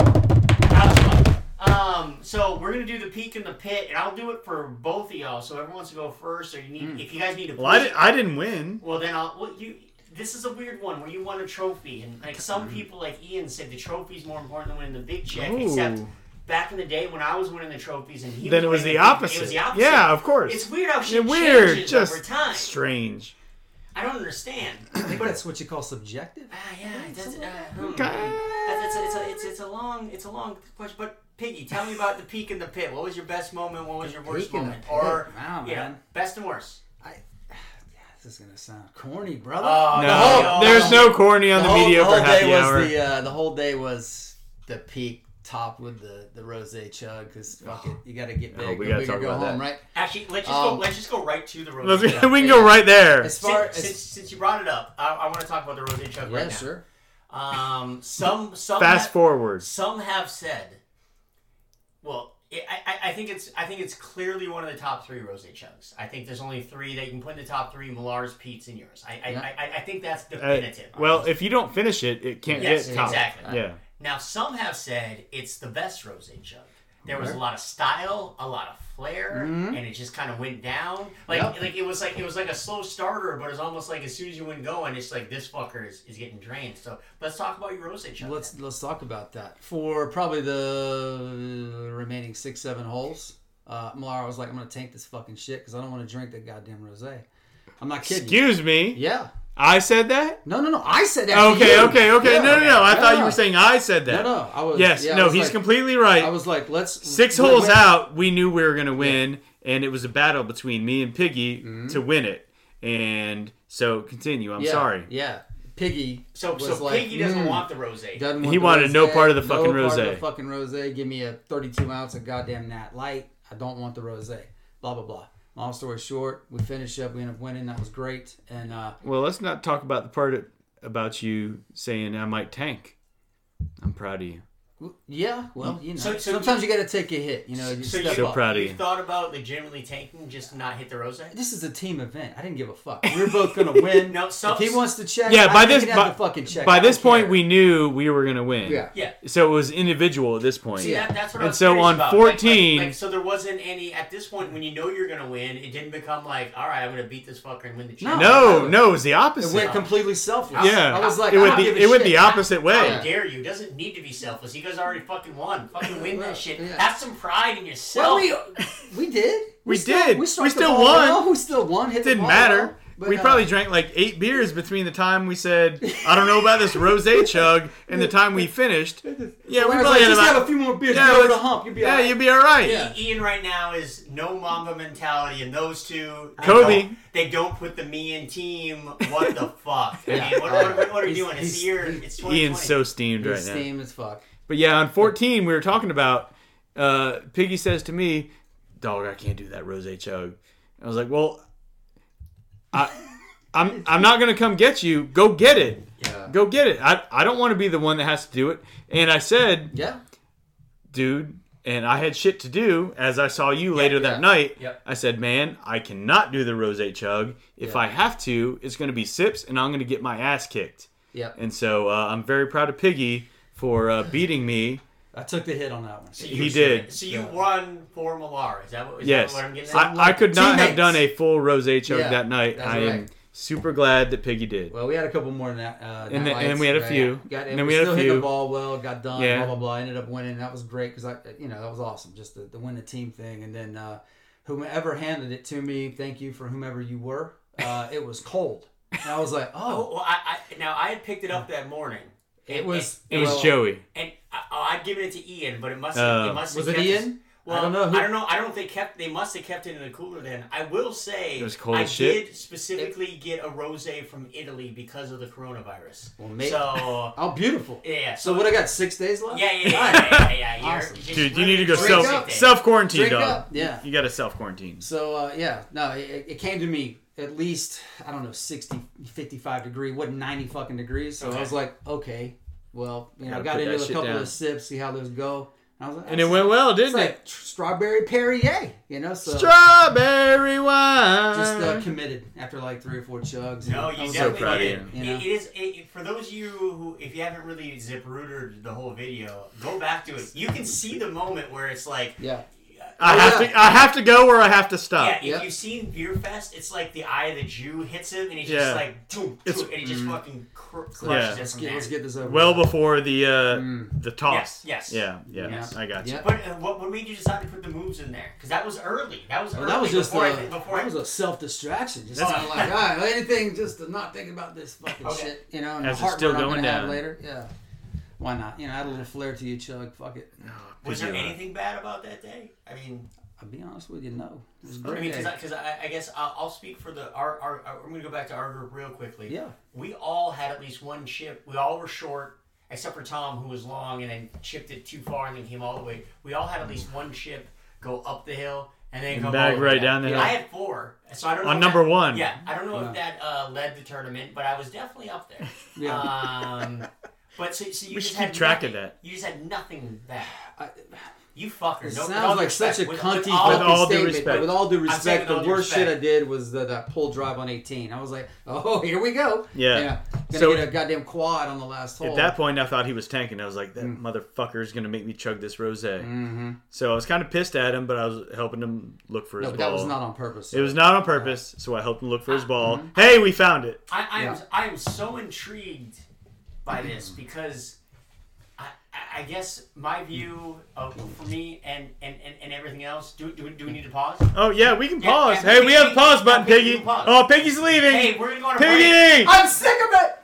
That was fun. Um, so we're gonna do the peak and the pit, and I'll do it for both of y'all. So everyone wants to go first, or you need if you guys need to.
Hmm. Well, I,
push-
di- I didn't win.
well, then I'll. Well, you. This is a weird one where you won a trophy, and like some
Mm-hmm.
people, like Ian said, the trophy's more important than winning the big check. Except
Ooh.
back in the day when I was winning the trophies, and he
Then it was
winning
the
It
opposite.
was the opposite.
Yeah, of course.
It's weird how
Yeah,
shit
weird,
changes
just
over time.
strange.
I don't understand.
I think that's what you call subjective.
Ah, yeah, it does. Uh, hmm. That's- It's, a, it's, a, it's, it's a long it's a long question, but. Piggy, tell me about the peak in the pit. What was your best moment? What was your worst
peak in the
moment?
pit.
Or
Wow,
yeah,
man.
best and worst.
This is gonna sound corny, brother.
Oh,
No,
no.
there's no corny on the,
whole,
mediocre
whole day
happy
was
hour.
the uh, the whole day was the peak, topped with the the rose chug. Because fuck it, you got to get big.
Oh, we
no
gotta
bigger,
talk
go
about
home,
that.
right?
Actually, let's just go.
Um,
Let's just go right to the road.
Let's-
Yeah,
we can
yeah.
go right there.
As far
since,
as
since, since you brought it up, I, I want to talk about the Rosé Chug right
yeah,
now.
sure.
Um, some some
Fast
have,
forward.
Some have said, well, I- I, I think it's I think it's clearly one of the top three Rosé Chugs. I think there's only three that you can put in the top three: Millar's, Pete's, and yours. I I,
Yeah.
I, I think that's
Uh,
definitive.
well, if you don't finish it, it can't
Yes,
get top.
exactly.
Yeah.
Now, some have said it's the best rosé jug. There was a lot of style, a lot of flair, and it just kind of went down. Like,
Mm-hmm. Yep.
like it was like it was like a slow starter, but it's almost like as soon as you went going, it's like this fucker is, is getting drained. So let's talk about your rosé jug.
Let's let's talk about that for probably the remaining six seven holes. Uh, Malara was like, I'm gonna tank this fucking shit because I don't want to drink that goddamn rose. I'm not kidding. you.
Excuse me.
Yeah.
I said that?
No, no, no. I said that. to
Okay,
you.
okay, okay.
Yeah.
no, no, no. I
No,
thought you
no.
were saying I said that.
No, no. I was.
Yes,
yeah, I
no,
was
he's
like-
completely right.
I was like, let's
Six
we-
holes
we-
out, we knew we were going to win, and it was a battle between me and Piggy to win it. And so continue. I'm
Mm-hmm. Yeah,
sorry.
Yeah, Piggy.
so
was
so
like,
Piggy doesn't
"Mm,
want the rosé.
doesn't
He
the
wanted no part of the
no
fucking
part of the
rosé.
fucking rosé. Give me a 32 ounce of goddamn Nat Light. I don't want the rosé. Blah blah blah. Long story short, we finished up. We ended up winning. That was great. And uh,
Well, let's not talk about the part about you saying I might tank. I'm proud of you.
w- yeah, well, you know,
So- so
sometimes you, got to take a hit. You know, you
So
step
you,
So
up.
proud of
you
you.
thought about legitimately tanking just to not hit the rosé?
This is a team event. I didn't give a fuck. We are both gonna win.
No, some-
if he wants to check,
Yeah, by
I think
this
he'd have
by,
to fucking check.
by
I
this
don't
point
care.
we knew we were gonna win.
yeah.
Yeah.
So it was individual at this point.
Yeah.
That, that's what I
And
was
so
curious
on
about. Like- like-
14
like, so there wasn't any at this point when you know you're gonna win. It didn't become like, all right, I'm gonna beat this fucker and win the championship.
No, no, it was the
It
opposite.
went completely selfless.
yeah,
I was like,
it
I
went
don't
the
give a
it went
shit.
the opposite way.
How dare you? It doesn't need to be selfless. You guys already fucking won. Fucking win that shit.
Yeah.
Have some pride in yourself.
Well, we we did.
We
still-
did. We
struck the
still
ball
won.
well. We still won. Hit the
Didn't
ball
matter.
well. But,
we
uh,
probably drank like eight beers between the time we said I don't know about this rosé chug and the time we finished. Yeah, we
I was
probably
like,
had
just
about
have a few more beers.
yeah,
Yeah, over the
let's-
hump. You'll be
yeah,
all right.
you'd be all right.
Yeah.
Ian right now is no Mamba mentality, and those two, they
Kobe.
don't, they don't put the me in team. What the fuck? I
Yeah.
mean, what, what, what, what are you
He's-
doing? It's
he's-
the year. It's 2020.
Ian's so steamed right
He's
now.
steamed as fuck.
But yeah, on 14, we were talking about uh, Piggy says to me, "Dog, I can't do that rose chug." I was like, "Well, I, I'm I'm not gonna come get you. Go get it.
Yeah.
Go get it. I I don't want to be the one that has to do it." And I said,
Yeah.
"Dude." And I had shit to do as I saw you later that
yeah,
night.
yep.
I said, Man, I cannot do the rose chug. If
Yeah.
I have to, it's going to be sips and I'm going to get my ass kicked.
Yeah.
And so uh, I'm very proud of Piggy for uh, beating me
I took the hit on that one.
So
he
you-
did.
So you won for Millar. Is that what, is
Yes,
that what I'm getting at?
I, I could not have
Teammates.
done a full rose chug
Yeah,
that night.
that's
I am
right.
super glad that Piggy did.
Well, we had a couple more than that. Uh,
And
that
then- and
lights,
we had a
right?
few.
Got,
And
and
then we
we
had a
still hit
few.
the ball well. Got done.
Yeah.
Blah blah blah. Ended up winning. That was great because I, you know, that was awesome. Just the, the win the team thing. And then uh, whomever handed it to me, thank you for whomever you were. Uh, it was cold. And I was like,
Oh,
oh,
well, I, I, now I had picked it up that morning.
it was.
It was
well,
Joey.
And I, oh, I'd given it to Ian, but it must. have
Oh.
it must have
Was it
kept-
Ian?
Well,
I don't know who-
I don't know. I don't. They kept. They must have kept it in the cooler. Then I will say,
It was cold
I
as shit.
did specifically get a rosé from Italy because of the coronavirus.
Well, mate.
So
Oh, beautiful.
yeah.
So what? I got six days left.
Yeah, yeah, yeah, yeah, yeah, yeah.
Awesome.
You're,
Dude, you need to go
Drink
sell.
up.
self self quarantine,
Drink
dog.
up. Yeah.
You got to self quarantine.
So uh, yeah, no, it, it came to me at least I don't know 60, 55 degree, what ninety fucking degrees. So I was like, okay, well, you know,
Gotta
got
put
into
that
a
shit
couple
down.
of sips, see how those go. And I was like,
And it went well,
it's
didn't
like
it?
tr- strawberry Perrier, you know. So
Strawberry wine.
just uh, committed after like three or four chugs.
No,
And I
you
was
so
definitely
proud of
did.
you.
It-
You know?
it is it, it- for those of you who, if you haven't really zip rooted the whole video, go back to it. You can see the moment where it's like,
Yeah,
I have
Yeah.
to. I have to go or I have to stop.
Oh, yeah. If
yeah.
you've seen Beer Fest, it's like the eye of the Jew hits him, and he's
Yeah.
just like, "Toom, toom,"
It's- mm-hmm.
and he just fucking cr-
Yeah.
crushes it
let's
from
get,
there.
let's get this over.
Well
with.
before the uh, the toss.
Yes, yes.
Yeah. Yeah.
Yeah.
I got you.
Mm. Yeah.
But uh, what, what made you decide to put the moves in there? Because that was early. That was
Well,
early.
Oh, that was just a,
before I did- before
that
I-
was a self distraction. Just
That's-
kinda like, all right, anything just to not think about this fucking
Okay.
shit, you know, and
As
the
it's still
heartburn
going
I'm gonna have
down.
later. Yeah, why not? You know, add a little flair to your chug. Fuck it.
was there
Yeah.
anything bad about that day? I mean,
I'll be honest with you, no. It was a
I
great.
mean,
day.
because I, I, guess I'll, I'll speak for the our, our, our. I'm gonna go back to our group real quickly.
Yeah.
we all had at least one chip. We all were short, except for Tom, who was long and then chipped it too far and then came all the way. We all had at least one chip go up the hill and then come
back
all the way
right down the hill.
I had four, so I don't know
On
if
number
that-
one.
Yeah, I don't know if that uh, led the tournament, but I was definitely up there.
Yeah.
Um, but so, so you
We
just
should
had
keep track of
nothing-
that.
You just had nothing back.
I-
you fucker. no, with
It sounds
all due
like
respect,
such a
with-
cunty
with all
fucking
With all due
statement,
respect.
but with all due
saying
respect,
with
the
all due
worst shit I
respect.
did was the, that pull drive on 18. I was like, oh, here we go.
Yeah.
Gonna
So-
get a goddamn quad on the last hole.
At that point, I thought he was tanking. I was like, "That
Mm.
motherfucker is gonna make me chug this rosé." Mm-hmm. So I was kind of pissed at him, but I was helping him look for his
no, but
ball.
that was not Ah, mm-hmm. on purpose.
It was not on purpose, so I helped him look for his ball. Hey, we found it.
I, I, am,
Yeah.
I am so intrigued by this because I, I- I guess my view of, for me and, and, and, and everything else. Do, do, do we need to pause?
Oh yeah, we can
Yeah,
pause.
yeah,
hey,
we
we
can-
have a pause button,
we can
Piggy.
pause.
Oh, Piggy's leaving.
Hey, we're gonna go on a break.
Piggy.
I'm sick of it.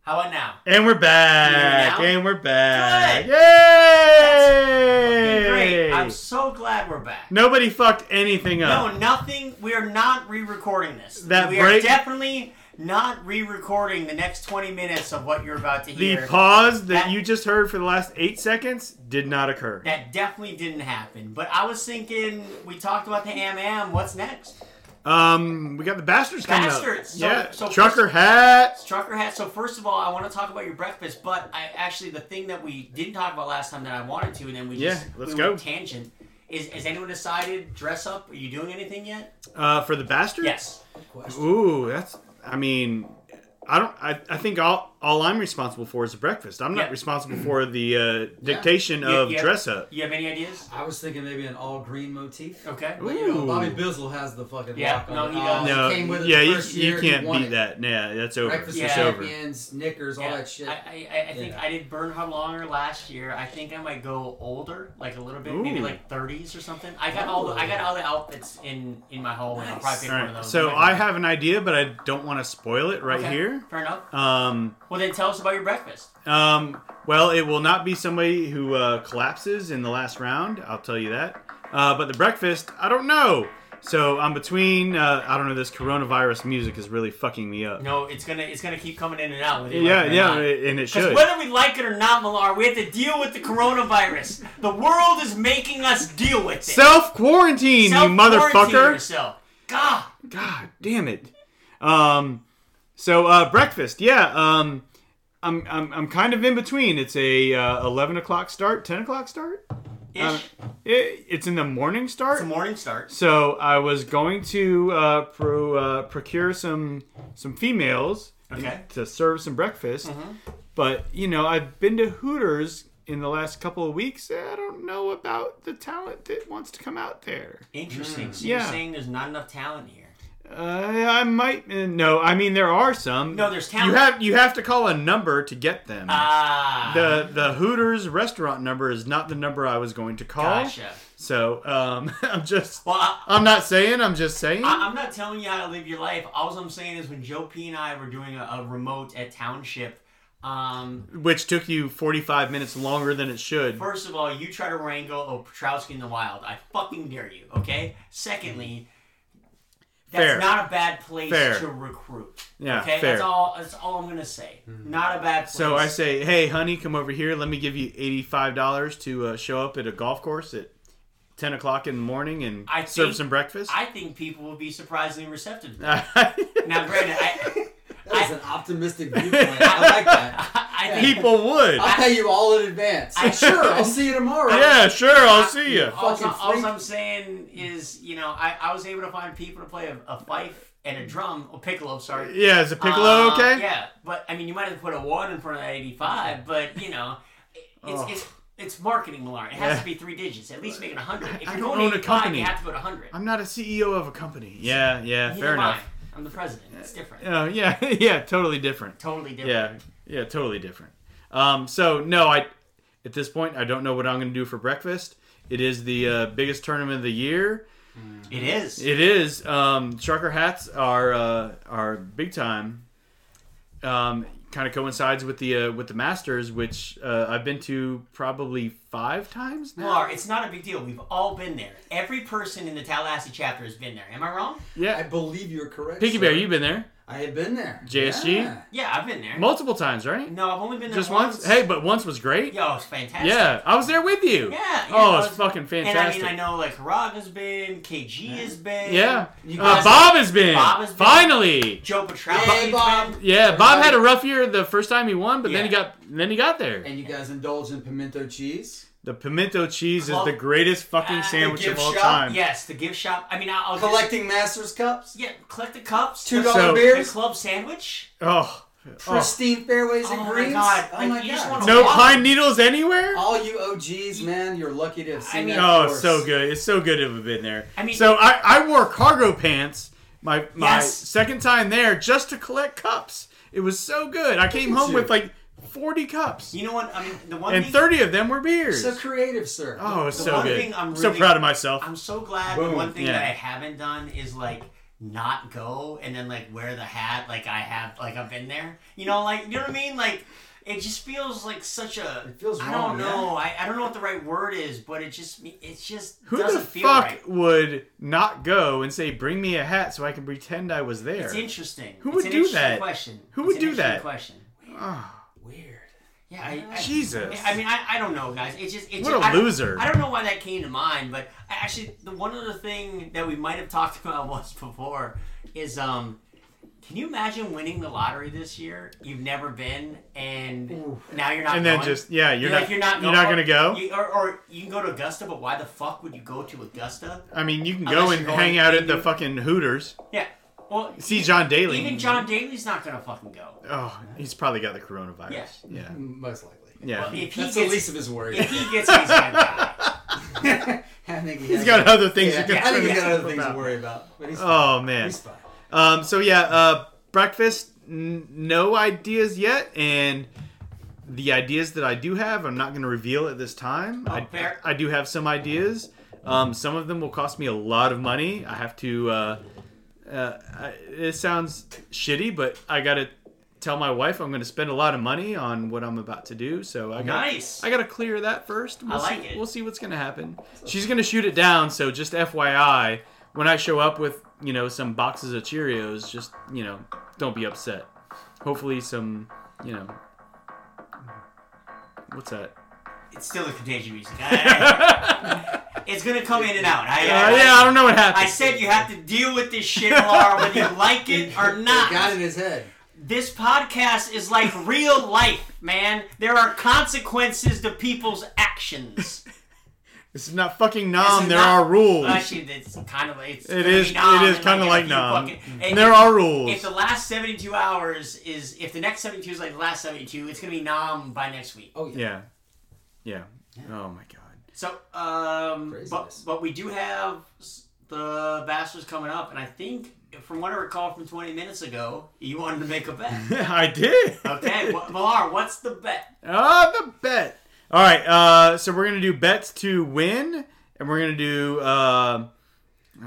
How about now?
And we're back.
Now?
And we're back.
Good.
Yay!
Fucking Great. I'm so glad we're back.
Nobody fucked anything up.
No, nothing. We are not re-recording this.
That
we
break-
are definitely not re-recording the next 20 minutes of what you're about to
the
hear.
pause that,
That-
you just heard for the last eight seconds did not occur.
that definitely didn't happen. But I was thinking, we talked about the Am Am. What's next?
Um, we got the bastards coming
Bastards.
up.
So-
yeah,
so
trucker
first-
hat.
Trucker hat. So first of all, I want to talk about your breakfast, but I actually the thing that we didn't talk about last time that I wanted to, and then we just
Yeah, let's
we
go.
went tangent. Is has anyone decided dress up? Are you doing anything yet?
Uh, for the bastards.
Yes.
Ooh, that's. I mean, I don't. I, I think all all I'm responsible for is the breakfast. I'm not
Yeah.
responsible for the uh, dictation
You-
of
you have-
dress up.
You have any ideas?
I was thinking maybe an all green motif.
Okay.
But, you know,
Ooh.
Bobby Bizzle has the fucking
Yeah,
lock on
no,
it.
he
Oh,
does.
No,
came with it
yeah,
the
you,
first year,
you
he
can't
won
beat
it.
that. Yeah, that's over.
Breakfast
It's
Yeah.
over.
champions, Knickers, all
Yeah,
that shit.
I, I, I- I think
Yeah.
I did Bernhard Longer last year. I think I might go older, like a little bit, maybe
Ooh.
like 30s or something. I got all the, I got all the outfits in in my hallway. I'll probably pick
All
one of
right.
those.
So
might-
I have an idea, but I don't want to spoil it right
Okay,
here.
Fair enough.
Um,
Well, then tell us about your breakfast.
Um, well, it will not be somebody who uh, collapses in the last round. I'll tell you that. Uh, but the breakfast, I don't know. So I'm between. Uh, I don't know. This coronavirus music is really fucking me up.
No, it's gonna it's gonna keep coming in and out. Whether you
yeah,
like it or
yeah,
not.
and it
Because
should.
whether we like it or not, Millar, we have to deal with the coronavirus. The world is making us deal with it.
Self quarantine, you
Self-quarantine
motherfucker.
Yourself. God.
God damn it. Um, so uh, breakfast, yeah. Um, I'm, I'm I'm kind of in between. It's a uh, 11 o'clock start, 10 o'clock start.
Ish.
Uh, It, it's in the morning start.
it's a morning start.
So I was going to uh, pro, uh, procure some some females
Okay.
to serve some breakfast,
Mm-hmm.
but you know I've been to Hooters in the last couple of weeks. and I don't know about the talent that wants to come out there.
Interesting. so
yeah.
you're saying there's not enough talent here.
Uh, I might uh, no. I mean there are some.
No, there's talent.
You have you have to call a number to get them.
Ah.
the the Hooters restaurant number is not the number I was going to call.
Gotcha.
So um, I'm just
Well, I,
I'm not saying I'm just saying.
I, I'm not telling you how to live your life. All I'm saying is when Joe P and I were doing a, a remote at Township, Um,
which took you 45 minutes longer than it should.
First of all, you try to wrangle a Petrowski in the wild. I fucking dare you, okay? Secondly, that's
Fair.
not a bad place
Fair.
to recruit.
Yeah,
okay?
fair.
That's all that's all I'm gonna say. Not a bad place.
So I say, hey, honey, come over here. Let me give you $85 to uh, show up at a golf course at 10 o'clock in the morning and
I
serve
think-
some breakfast.
I think people will be surprisingly receptive
Uh,
to that. Now granted, I
That's an optimistic viewpoint. I like that.
I think
People would.
I'll pay you all in advance.
I-
sure, I'll see you tomorrow.
yeah, sure, I'll see you.
all,
fucking
all
freak.
I'm saying is, you know, I, I was able to find people to play a, a fife and a drum, a piccolo, sorry.
Yeah, is a piccolo
Uh,
okay?
Yeah, but I mean, you might have put a one in front of that eighty-five, but you know, it's
Oh.
it's, it's marketing, Lauren. It has to be three digits. At least make it hundred. If
I
you're
don't
going
own a
85,
company.
You have to go to hundred.
I'm not a CEO of a company. Yeah, yeah, fair enough.
I'm the president. It's different.
Oh, yeah, yeah, totally different.
Totally different.
Yeah, yeah, totally different. Um, so no, I at this point I don't know what I'm going to do for breakfast. It is the uh, biggest tournament of the year.
It is.
It is. Um, trucker hats are uh, are big time. Um, kind of coincides with the uh, with the Masters, which uh, I've been to probably five times now.
Lar, it's not a big deal. We've all been there. Every person in the Tallahassee chapter has been there. Am I wrong?
I
Yeah,
believe you're correct.
Pinky
sir.
Bear, you've been there
I have been there.
JSG?
Yeah.
Yeah, I've been there.
multiple times, right?
no, I've only been there
Just once. Hey, but once was great.
Yo, it's fantastic.
Yeah, I was there with you.
Yeah, yeah,
oh,
I
it's
was-
fucking
And I mean,
fantastic.
I know like Haraga's been, KG has been.
Yeah.
You
Uh,
guys-
Bob has been.
Bob has been.
Finally.
Joe Petrowski.
Hey, Bob.
Yeah, Bob
Everybody-
had a rough year the first time he won, but then he
Yeah.
got then he got there.
And you guys indulge in pimento cheese.
The pimento cheese
Club-
is the greatest fucking
Ah,
sandwich
the
of
gift
all
shop?
time.
Yes, the gift shop. I mean, I'll, I'll
Collecting Masters cups.
Just, yeah, collect the cups.
Two
the,
dollar
So-
the
beers.
club sandwich.
Oh. oh.
Pristine fairways
Oh
and
my
greens.
God,
Oh
like,
my
you just
god.
wanna-
No
Wow. Oh,
pine needles anywhere?
All you OGs, man, you're lucky to have seen
mean-
that.
Oh, it's
course.
so good. It's so good to have been there.
I mean-
so I, I wore cargo pants my my
Yes.
second time there just to collect cups. It was so good. I came
at
home
you.
with like 40 cups.
You know what? I mean, the one
and
thing,
30 of them were beers.
So creative, sir.
oh, it's
the
so
one
good.
thing I'm
so
really-
proud of myself.
I'm so glad.
Boom,
the one thing
yeah.
that I haven't done is like not go and then like wear the hat like I have like I've been there. You know, like you know what I mean? Like it just feels like such a.
It feels
I
wrong,
don't know. I, I don't know what the right word is, but it just it's just
Who
doesn't
the
feel
fuck
right.
would not go and say, "Bring me a hat so I can pretend I was there"?
It's interesting.
Who
It's
would
an
do
interesting
that?
Question.
Who
It's
would
an
do
interesting
that? Ah.
Question.
Weird.
Yeah, I, I,
Jesus.
I mean, I, I don't know, guys. It's just it's
What
just,
a
I don't-
loser.
I don't know why that came to mind, but I- actually, the one other thing that we might have talked about once before is um, can you imagine winning the lottery this year? You've never been, and now you're not.
and then
going?
just yeah, you're, not,
like, you're not.
you're not
going,
gonna go.
You, or, or you can go to Augusta, but why the fuck would you go to Augusta?
I mean, you can go
Unless
and
you're going
hang out at the
to-
fucking Hooters.
Yeah. Well,
See John Daly.
even John Daly's not gonna fucking go.
Oh, he's probably got the coronavirus.
Yeah.
Yeah.
Most likely.
Yeah.
Well, if he
That's the
gets,
least of his worries.
if he gets, he's gonna die.
I think he
he's
has-
got other things
Yeah,
to concern
I think he's got
himself
other things
about.
to worry about. But he's fine.
Oh man.
He's fine.
Um, so yeah, uh, breakfast, n- no ideas yet, and the ideas that I do have, I'm not going to reveal at this time. I,
Oh, fair.
I do have some ideas. Um, some of them will cost me a lot of money. I have to. Uh, uh, I, it sounds shitty, but I got to tell my wife I'm going to spend a lot of money on what I'm about to do. So I got
Nice.
I got to clear that 1st We'll
like
see,
it.
We'll see what's going to happen. She's going to shoot it down. So just FYI, when I show up with you know some boxes of Cheerios, just you know don't be upset. Hopefully some you know what's that?
It's still the contagion music. I- I- it's gonna come in and out. I,
Uh,
I,
yeah, I don't know what happened.
I said you have to deal with this shit, Laura, whether you like it or
He got it
not.
in his head.
This podcast is like real life, man. There are consequences to people's actions.
This is not fucking
This
nom.
is
Um, there
not-
are rules.
Actually, it's kind of it's.
It is- it is kinda like nom.
and
there are rules.
If the last seventy-two hours is, if the next seventy-two is like the last seventy-two, it's gonna be nom by next week.
Oh yeah.
yeah. yeah, Oh my god.
So, um, but,
Craziness.
but we do have s- the Masters coming up, and I think, from what I recall from 20 minutes ago, you wanted to make a bet.
I did.
Okay, well, Millar, what's the bet?
Ah, the bet. All right. Uh, so we're gonna do bets to win, and we're gonna do uh,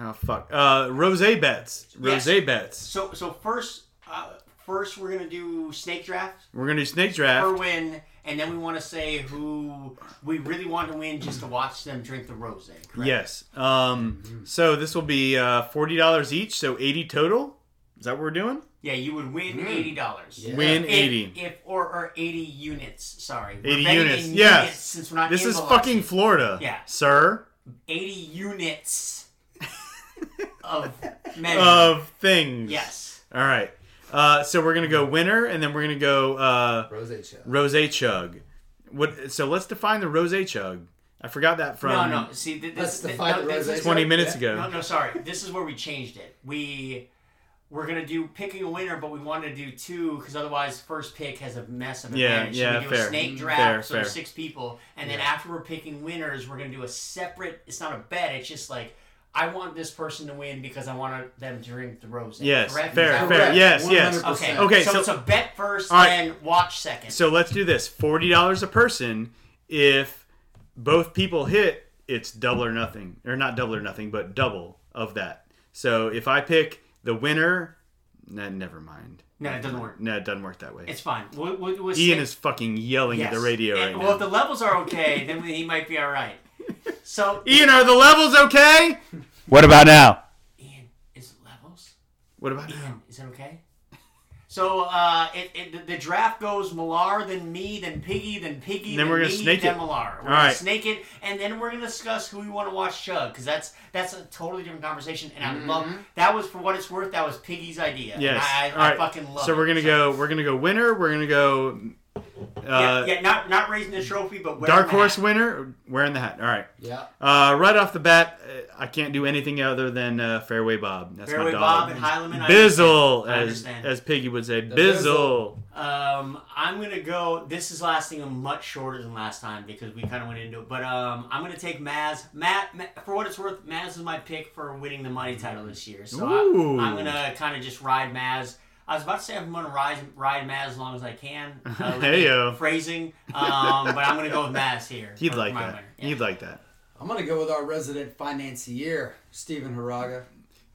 oh fuck, uh, rose bets, rose
Yes.
bets.
So, so first, uh, first we're gonna do snake draft
We're gonna do snake draft.
for win, and then we want to say who we really want to win just to watch them drink the rose. Correct?
Yes. Um. So this will be uh, forty dollars each, so eighty total. Is that what we're doing?
Yeah, you would win eighty dollars.
Win
If-
eighty.
If, or or eighty units. Sorry. We're
80
betting in
units, yes.
Since we're not
This
in
is
Biloxi.
fucking Florida,
Yeah.
sir.
eighty units of measure.
Of things.
yes.
All right. Uh, so we're gonna go winner, and then we're gonna go uh,
Rose show.
rose chug. What? So let's define the rose chug. I forgot that from
no, no. See, th- this,
Let's
th-
define
no,
the
this
rosé
is-
twenty minutes
Yeah.
ago.
No, no, sorry. This is where we changed it. We we're gonna do picking a winner, but we wanted to do two because otherwise, first pick has a mess of
Yeah,
advantage. So
yeah,
we do
fair. Mm-hmm.
a snake
Fair,
draft, so there's
fair.
six people, and then after we're picking winners, we're gonna do a separate. It's not a bet. It's just like. I want this person to win because I want them to drink the rose.
Yes,
correct?
fair,
Is that
fair.
correct?
Yes, yes.
Okay.
Okay,
So,
so-
it's a bet first,
All right.
then watch second.
So let's do this: forty dollars a person. If both people hit, it's double or nothing, or not double or nothing, but double of that. So if I pick the winner, nah, never mind.
no, it doesn't work.
No, it doesn't work that way.
It's fine. We'll, we'll, we'll
Ian
stick-
is fucking yelling at
Yes.
the radio
And-
right
well,
now.
if the levels are okay, then he might be all right. So,
Ian, are the levels okay?
What about now?
Ian, is it levels?
What about
Ian, is it okay? So, uh, it, it, the- the draft goes Millar, then me, then Piggy, then Piggy,
Then
then
we're gonna
me,
snake
then
it.
Millar. We're
All
gonna
right.
snake it, and then we're gonna discuss who we want to watch chug because that's that's a totally different conversation. And I love that was for what it's worth. That was Piggy's idea. and
Yes.
I, I,
All right.
I fucking love.
so
it.
we're gonna go. We're gonna go winner. We're gonna go
yeah,
uh,
yeah, not not raising the trophy, but wearing
dark
the
horse
hat.
winner. Wearing the hat. All right.
Yeah.
Uh, right off the bat, uh, I can't do anything other than uh, Fairway Bob. That's my
Fairway
dog.
Bob and Heileman. I
Bizzle,
I
as
understand.
as Piggy would say, Bizzle.
Bizzle.
Um, I'm gonna go. This is lasting a much shorter than last time because we kind of went into it. But um, I'm gonna take Maz. Matt, Ma for what it's worth, Maz is my pick for winning the money title this year. So
Ooh.
I, I'm gonna kind of just ride Maz. I was about to say I'm gonna ride ride Maz as long as I can. Uh, with the
Heyo.
phrasing. Um, but I'm gonna go with Maz here.
He'd
for-
like
for my
that.
winner. Yeah.
He'd like that.
I'm gonna go with our resident financier, Stephen Haraga.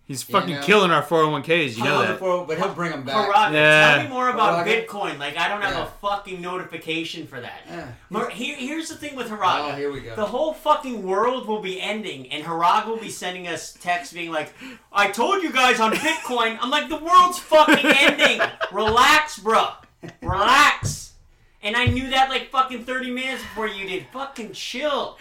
He's fucking
know.
killing our 401ks. You know
Haraga
that.
oh
for- but he'll bring him back.
Parag,
Yeah.
tell me more about
Parag.
Bitcoin. Like I don't have
Yeah.
a fucking notification for that.
Yeah.
Mar- here, here's the thing with Haraga.
Oh, here we go.
The whole fucking world will be ending, and Haraga will be sending us texts being like, "I told you guys on Bitcoin." I'm like, "The world's fucking ending. Relax, bruh. Relax." And I knew that like fucking 30 minutes before you did. Fucking chill.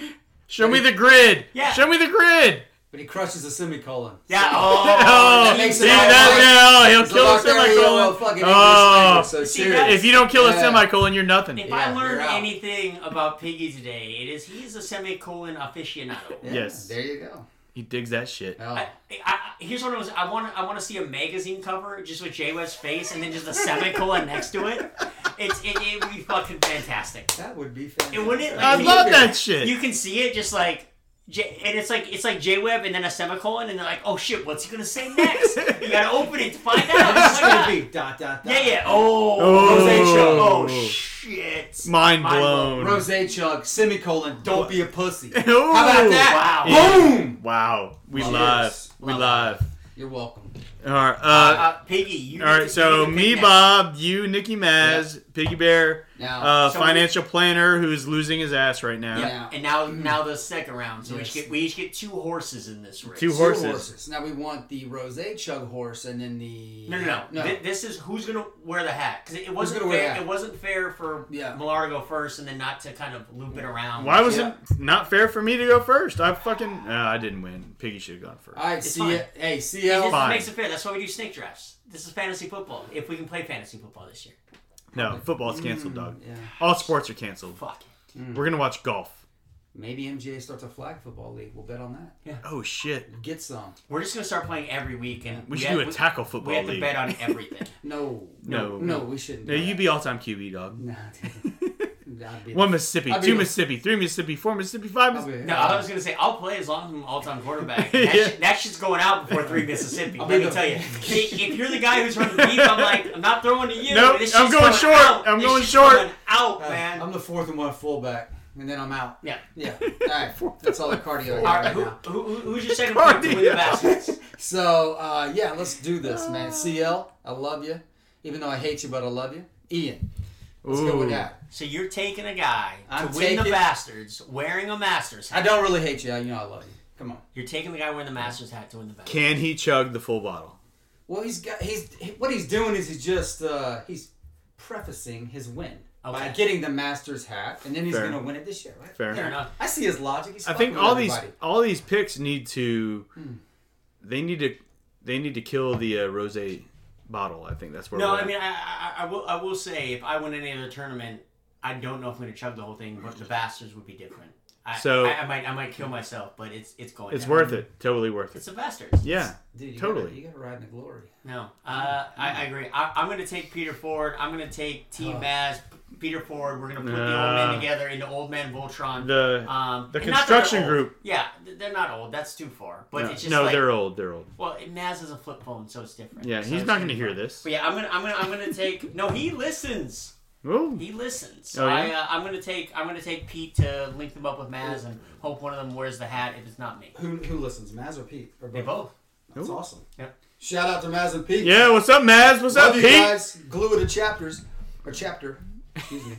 Show me the grid.
Yeah.
Show me the grid.
But he crushes a semicolon.
Yeah.
Oh,
Oh.
that makes
see
it all
that now?
right.
He'll
It's
kill
a
a
lot better, you know,
semicolon.
fucking English
Oh,
language, so
See,
serious.
that's-
if you don't kill a
Yeah.
semicolon, you're nothing.
If
Yeah,
I
you're
learned
out.
anything about Piggy today, it is he's a semicolon aficionado.
Yeah,
Yes.
There you go.
He digs that shit.
Oh.
I, I, here's what it was. I want I want to see a magazine cover just with Jay West's face and then just a semicolon next to it. It's it, it would be fucking fantastic.
that would be fantastic.
It wouldn't, like,
I
you-
love that shit.
You can see it just like. J, and it's like it's like J Web and then a semicolon and they're like, oh shit, what's he gonna say next? you gotta open it to find out.
It's gonna
Why
be dot dot dot.
not? Yeah, yeah. Oh,
Oh.
Rose Show. Oh shit.
Mind
Mind
blown.
Rose chug semicolon. Don't be a pussy. How
Ooh.
about that?
Wow.
Boom.
Wow. We
Cheers.
live. We
Love.
live.
You're welcome.
All right. Uh,
Uh, Piggy, you.
all right. So me,
me,
Bob, you, Nikki Maz, Piggy Bear,
Now.
uh,
So-
financial planner who's losing his ass right now.
Yeah.
Now.
And now, now the second round. So
Yes.
we each get we each get two horses in this race.
Two
Two
horses.
Now we want the rose chug horse, and then the
No, no, no.
no.
Th- this is who's gonna wear the hat because it, it wasn't
gonna wear the
fair.
hat?
It wasn't fair for
Yeah.
Millar to go first and then not to kind of loop it around.
Why was it not fair for me to go first? I fucking uh, I didn't win. Piggy should have gone first.
All right,
It's
see
fine.
it. Hey,
It
CL.
just
Fine.
makes it fair. That's why we do snake drafts. This is fantasy football. If we can play fantasy football this year,
no, football's canceled, dog.
Yeah.
All sports are canceled.
fuck. it.
We're gonna watch golf.
Maybe MGA starts a flag football league. We'll bet on that.
Oh shit!
Get some.
We're just gonna start playing every week, and
We should do a tackle
We,
football
we have to
league.
bet on everything.
No.
No.
No, we shouldn't.
No,
do
you'd be all time QB, dog.
that. Nah, dude. I'd be
One Mississippi,
I'll be
two
the-
Mississippi, three Mississippi, four Mississippi, five
I'll be,
Mississippi.
no, I was gonna say I'll play as long as I'm an all-time quarterback. That,
Yeah.
shit, that shit's going out before three Mississippi.
I'll
Let
be
me
the-
tell you, if if you're the guy who's running deep, I'm like, I'm not throwing to you.
Nope,
This
I'm
shit's
going short.
out.
I'm
This
going
shit's
short.
going out,
Uh,
man.
I'm the fourth and one fullback, and then I'm out.
yeah.
Yeah. All right. That's all the cardio I
All
got right
right, who,
now.
who, who- who's your second pick to win the
Cardio.
baskets?
So uh, yeah, let's do this, man. CL, I love you. Even though I hate you, but I love you. Ian. Let's go with
Ooh.
that.
So you're taking a guy
I'm
to win the
taking-
Bastards wearing a Masters
I
hat.
don't really hate you. You know I love you. Come on.
You're taking the guy wearing the Masters hat to win the Bastards.
Can he chug the full bottle?
Well, he's got he's he- what he's doing is he's just uh, he's prefacing his win by
Okay.
getting the Masters hat, and then he's
Fair.
gonna win it this year, right?
Fair.
Fair enough.
I see his logic. He's
I think
fucking
all
with
these
everybody. Hmm.
all these picks need to they need to they need to kill the uh, rose bottle. I think that's where.
No,
we're
I
at.
mean, I, I, I will, I will say, if I win any other tournament, I don't know if I'm going to chug the whole thing, but the Bastards would be different. I,
So-
I, I might, I might kill myself, but it's, it's going.
it's
down.
worth it. Totally worth
It's
it.
the Bastards.
Yeah,
Dude, you
totally.
Gotta, you gotta ride in the glory.
No, uh, I, I agree. I, I'm going to take Peter Ford. I'm going to take Team Maz. Peter Ford. We're going to put the old men
Nah.
together into Old Man Voltron.
The
um,
the
and not that they're
construction
old.
group.
Yeah, th- they're not old. That's too far. But
no,
it's just
no,
like,
they're old. They're old.
Well, Maz is a flip phone, so it's different.
Yeah,
So
he's
it's
not going to
different.
hear this.
But yeah, I'm gonna, I'm gonna, I'm gonna take. No, he listens.
Ooh.
He listens.
Oh,
I,
yeah?
uh, I'm gonna take, I'm gonna take Pete to link them up with Maz and hope one of them wears the hat if it's not me.
Who who listens, Maz or Pete or
They both.
That's awesome.
Yep.
Shout out to Maz and Pete.
Yeah, what's up, Maz? What's
Love
up,
you
Pete?
guys. Glue it to chapters or chapter. Excuse me.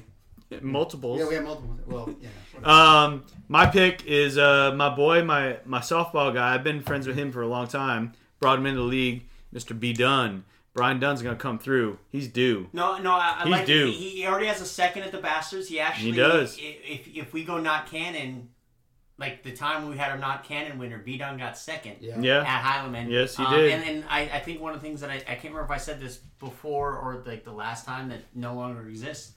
Multiples.
Yeah, we have multiple. Well, yeah. whatever.
Um, my pick is uh, my boy, my my softball guy. I've been friends with him for a long time. Brought him into the league, Mr. B Dunn. Brian Dunn's gonna come through. He's due.
No, no, I, I
He's
like
due.
He, he already has a second at the Bastards. He actually
does.
i- If if we go not canon, like the time we had our not canon winner, B Dunn got second.
Yeah.
Yeah,
At Heilman.
Yes, he
Um,
did.
And, and I, I think one of the things that I, I can't remember if I said this before or like the last time that no longer exists.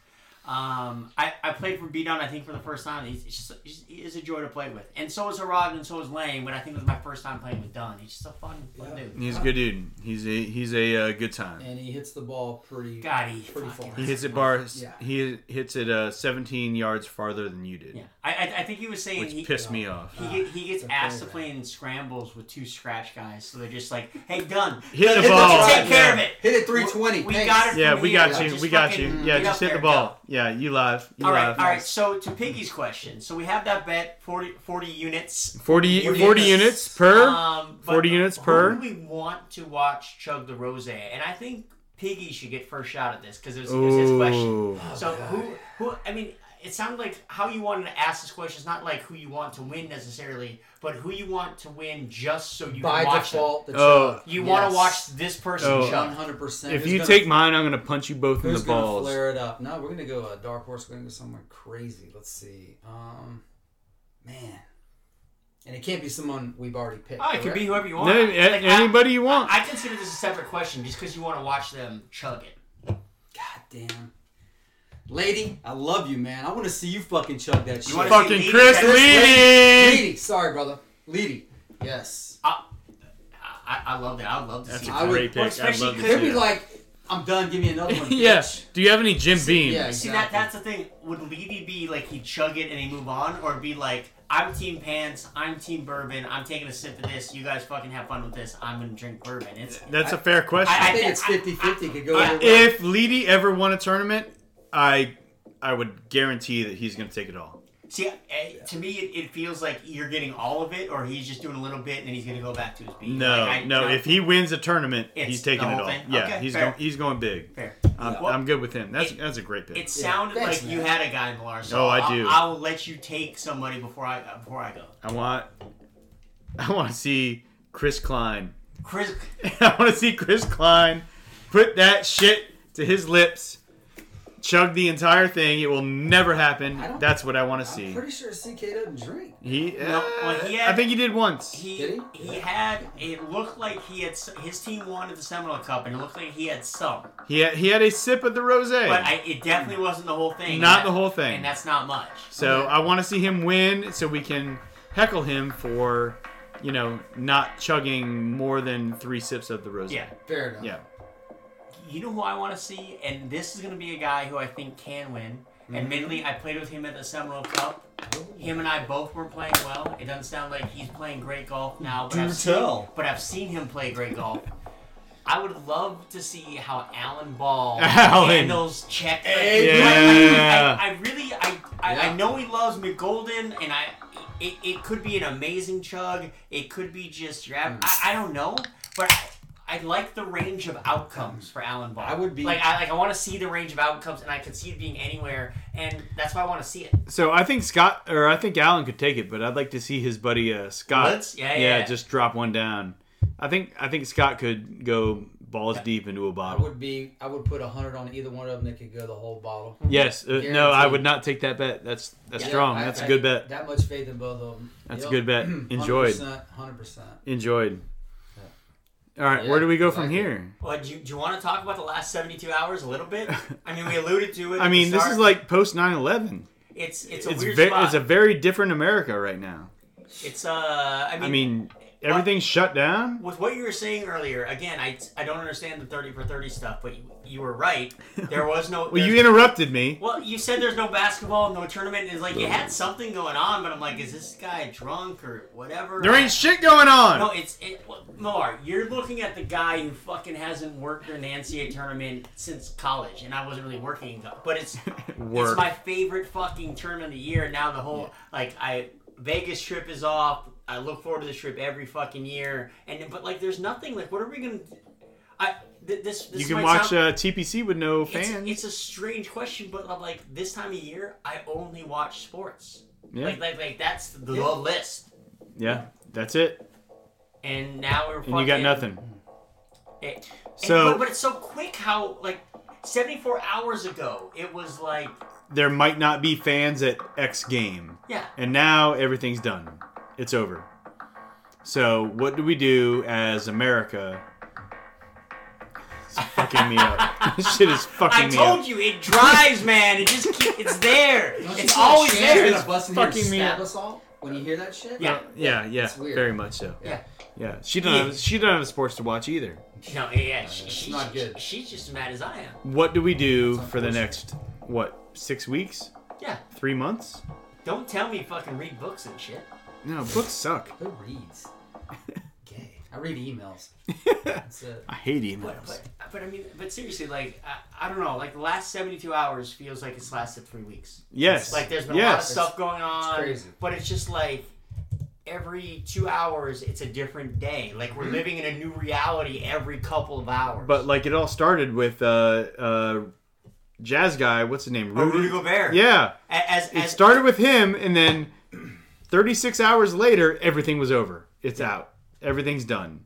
Um, I, I played for B Dunn, I think, for the first time. He's, he's just, he's, he is a joy to play with. And so is Arad and so is Lane, but I think it was my first time playing with Dunn. He's just a fun, fun
Yeah.
dude.
he's a good dude. He's a he's a uh, good time.
And he hits the ball pretty.
God, he
pretty
fucking-
far.
He hits it bars.
Yeah.
He hits it uh, 17 yards farther than you did,
Yeah. I, I, I think he was saying
which
he,
pissed me off.
He, get, he gets
they're
asked
very
to
bad.
play in scrambles with two scratch guys, so they're just like, "Hey, done.
Hit the
Let's
ball.
Take care of it.
Hit it 320.
We
Thanks.
got it.
Yeah,
from
we
here.
got you.
Just
We got
fucking
you. Yeah,
get
just hit
up there
the
and
ball. Yeah, you live. You
go." All right,
live.
all right. So to Piggy's question, so we have that bet 40, 40 units.
40, 40 units per.
Um, but
40 units
who
per.
do we want to watch chug the rose, and I think Piggy should get first shot at this because it, was- it was his question.
Ooh. Oh,
So who who? I mean, it sounded like how you wanted to ask this question is not like who you want to win necessarily, but who you want to win just so you
By
can watch them.
default, the
Oh.
chug.
You
Yes.
want to watch this person
Oh.
jump.
100%.
If
Who's
you
gonna-
take mine, I'm gonna punch you both in the
Who's gonna
balls.
flare it up? No, we're gonna go uh, dark horse. We're gonna go somewhere crazy. Let's see. Um, man, and it can't be someone we've already picked.
Ah,
Oh, it could
correct?
be whoever you want.
No, a-
Like, I-
anybody you want.
I, consider this a separate question just because you want to watch them chug it.
God damn, lady, I love you, man. I want to see you fucking chug that shit.
wanna-
Fucking
Leedy,
Chris
Chris
Leedy.
Lady, sorry, brother. Lady, yes.
I, I love that. I would love to see
That's a
I
that.
would-
great
Well,
pick. I'd love
especially
to
Could
see
be
that.
like, I'm done. Give me another one.
Yeah.
bitch.
Do you have any Jim Beam?
Yeah.
See, that,
Exactly.
that's the thing. Would Levy be like he'd chug it and he move on, or be like, I'm Team Pants, I'm Team Bourbon, I'm taking a sip of this, you guys fucking have fun with this, I'm gonna drink bourbon. It's,
That's a fair question.
I
I-
think it's 50-50. Could go
I-
either way.
if Leedy ever won a tournament, I I would guarantee that he's going to take it all.
see, eh, to me, it, it feels like you're getting all of it, or he's just doing a little bit and then he's gonna go back to his beat.
No,
Like, I-
no, If he wins a tournament,
It's
he's taking
the
it
whole
all.
thing?
Yeah,
Okay,
he's
fair.
going. He's going big.
fair.
I'm,
Well,
I'm good with him. That's
it-
that's a great pick.
It sounded
Thanks,
like
man.
you had a guy in Millar, so
No, Oh, I
I'll-
do.
I'll, let you take somebody before I uh, before I go.
I want I want to see Chris Klein.
Chris,
I want to see Chris Klein put that shit to his lips, chug the entire thing. It will never happen.
I don't-
That's what I want to
I'm
see.
pretty sure CK doesn't drink.
He, uh,
well, he
I
had-
think he did once.
he
Did
he had it looked like he had s- his team wanted the Seminole Cup, and it looked like he had some,
He had, he had a sip of the rosé.
but I, it definitely wasn't the whole thing.
Not
and
the
that-
whole thing.
and that's not much.
so I want to see him win so we can heckle him for, you know, not chugging more than three sips of the rosé.
Yeah,
Fair enough.
Yeah.
you know who I want to see, and this is going to be a guy who I think can win.
Mm-hmm.
Admittedly, I played with him at the Seminole Cup.
Oh.
Him and I both were playing well. It doesn't sound like he's playing great golf now, but,
Do
I've, seen,
tell.
but I've seen him play great golf. I would love to see how Alan Ball
Alan.
handles check.
Hey,
Yeah.
I, I, I really, I, I,
Yeah.
I know he loves McGolden, and I, it,
Hmm.
it could be an amazing chug. It could be just, your av- I, I don't know, but I, I like the range of outcomes for Alan Barr.
I would be-
like I like I want to see the range of outcomes, and I could see it being anywhere, and that's why I want to see it.
So I think Scott or I think Alan could take it, but I'd like to see his buddy uh, Scott.
Woods? Yeah, yeah, yeah.
just drop one down. I think I think Scott could go balls deep into a
I
bottle.
would be. I would put a hundred on either one of them. That could go the whole bottle.
Yes, uh, no, I would not take that bet. That's that's
Yeah,
strong.
I-
that's a
I-
good bet.
That much faith in both of them.
That's a
Yep.
good bet. Enjoyed,
100%, 100%.
enjoyed. All right, where
Yeah,
do we go from
exactly.
here?
Well, do you, do you want to talk about the last seventy-two hours a little bit? I mean, we alluded to it. at
I
the
mean, this
start.
is like post 9/11.
it's it's a
It's
weird
ve-
spot.
it's a very different America right now.
It's uh, I mean,
I mean, everything's shut down.
with what you were saying earlier, again, I, I don't understand the thirty for thirty stuff, but you, you were right. There was no.
Well, you
there's-
interrupted me.
well, you said there's no basketball, no tournament. It's like you had something going on, but I'm like, is this guy drunk or whatever?
There ain't shit going on.
No, it's it. well, Mar, you're looking at the guy who fucking hasn't worked in an NCAA tournament since college, and I wasn't really working, but it's
Work.
it's my favorite fucking tournament of the year. Now the whole like I Vegas trip is off. I look forward to this trip every fucking year, and but like there's nothing like what are we gonna? I th- this, this
you can
might
watch uh,
sound-
TPC with no
it's,
fans.
it's a strange question, but I'm like this time of year, I only watch sports.
Yeah.
Like, like, like that's the list.
yeah, that's it.
And now we're.
And you got
fucking-
nothing.
It,
So-
so, but, but it's so quick how like 74 hours ago it was like
There might not be fans at X game.
yeah
And now everything's done. It's over. So what do we do as America? It's fucking me up. this shit is fucking
I
me
told
up.
you it drives man it just keep, it's there it's always there
It's busting here to
fucking me
stab
up.
us all when you hear that shit.
Yeah.
Yeah, yeah,
weird.
very much so.
yeah
Yeah, she don't have she don't have sports to watch either.
no yeah she, she,
not
she-
good.
she's just as mad as I am
What do we do
That's
for the next
unfortunate.
what six weeks,
yeah
three months?
don't tell me fucking read books and shit
No, books suck.
Who reads? Gay. I read emails. That's it.
I hate emails.
but but, but I mean but seriously like I, I don't know like the last 72 hours feels like it's lasted three weeks
yes,
Like there's been a lot of
yes.
stuff going on,
crazy.
but it's just like every two hours it's a different day. Like we're living in a new reality every couple of hours.
Mm-hmm. But like it all started with uh uh jazz guy, what's his name?
Oh, Rudy Gobert.
Yeah.
A- as
It
as
started with him and then 36 hours later everything was over. It's out. Everything's done.